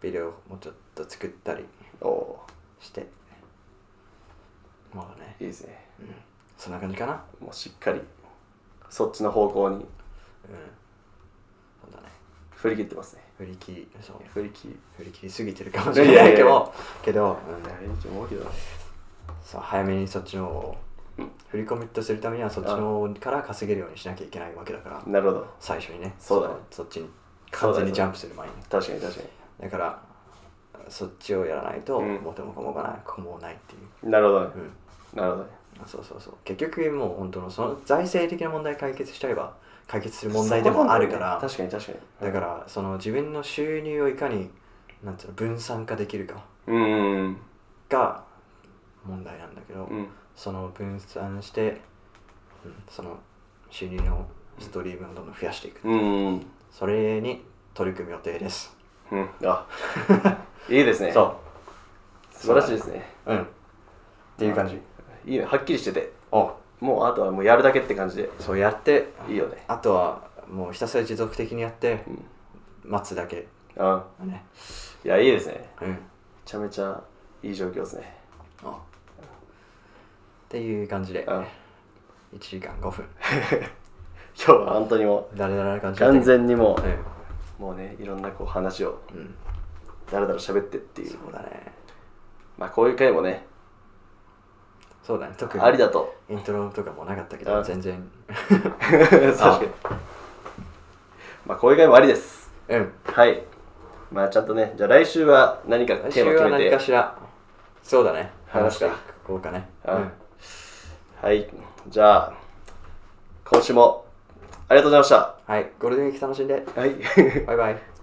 A: ビデオをもうちょっと作ったり
B: おお
A: してまあね
B: ーいいですね
A: そんな感じかな
B: もうしっかりそっちの方向に
A: うんそうだね
B: 振り切ってますね
A: 振り切りそう
B: 振り切り
A: 振り切りすぎてるかもしれないけどけど、うん
B: 大丈夫思うけどね
A: そう早めにそっちの方を
B: うん
A: 振りコミットするためにはそっちの方から稼げるようにしなきゃいけないわけだから
B: なるほど
A: 最初にね
B: そうだね
A: そっちに
B: そ
A: 完
B: うだね
A: 全にジャンプする前に
B: 確かに確か
A: だからそっちをやらないと
B: うん
A: 元も子もがない子もないっていう、
B: になるほどね
A: うん、
B: なるほどね
A: そうそうそう結局もう本当のその財政的な問題解決しちゃえば解決する問題でもあるから
B: そうなんだよね確かに確か
A: だ
B: に
A: からその自分の収入をいかになんていうの分散化できるか
B: うんうん
A: が問題なんだけど、
B: うん
A: その分散して、うん、その収入のストリームをどんどん増やしていく、
B: うんうん
A: それに取り組む予定です
B: うん あいいですね
A: そ
B: 素晴らしいですね
A: ううんっていう感じ
B: いいねはっきりしてて
A: お
B: もうあとはもうやるだけって感じで
A: そうやって
B: いいよね
A: あとはもうひたすら持続的にやって
B: うん
A: 待つだけ
B: あ
A: だね
B: いやいいですね
A: うん
B: めちゃめちゃいい状況ですね
A: おっていう感じで
B: あ
A: 1時間5分
B: 今日は本当にも
A: だらだらな感
B: う
A: じだった
B: 完全にも
A: けどうん
B: うもうねいろんなこう話を
A: うん
B: だらだら喋ってっていう
A: そうだね
B: まあこういう回もね
A: そうだね特に
B: ありだと
A: イントロとかもなかったけ
B: あ
A: ど全然
B: 確かにまあこういう回もありです
A: うん
B: はいまあちゃんとねじゃあ来週は何か
A: 来
B: テ
A: 週
B: ーマ
A: は
B: 決
A: 何
B: め
A: か
B: て
A: しらそうだね
B: 話
A: 話
B: し
A: してて
B: い
A: いこうかね
B: あ
A: うん
B: はいじゃあ今週もありがとうございまし
A: はいゴールデンウィーク楽しんで
B: たはい
A: バイバイ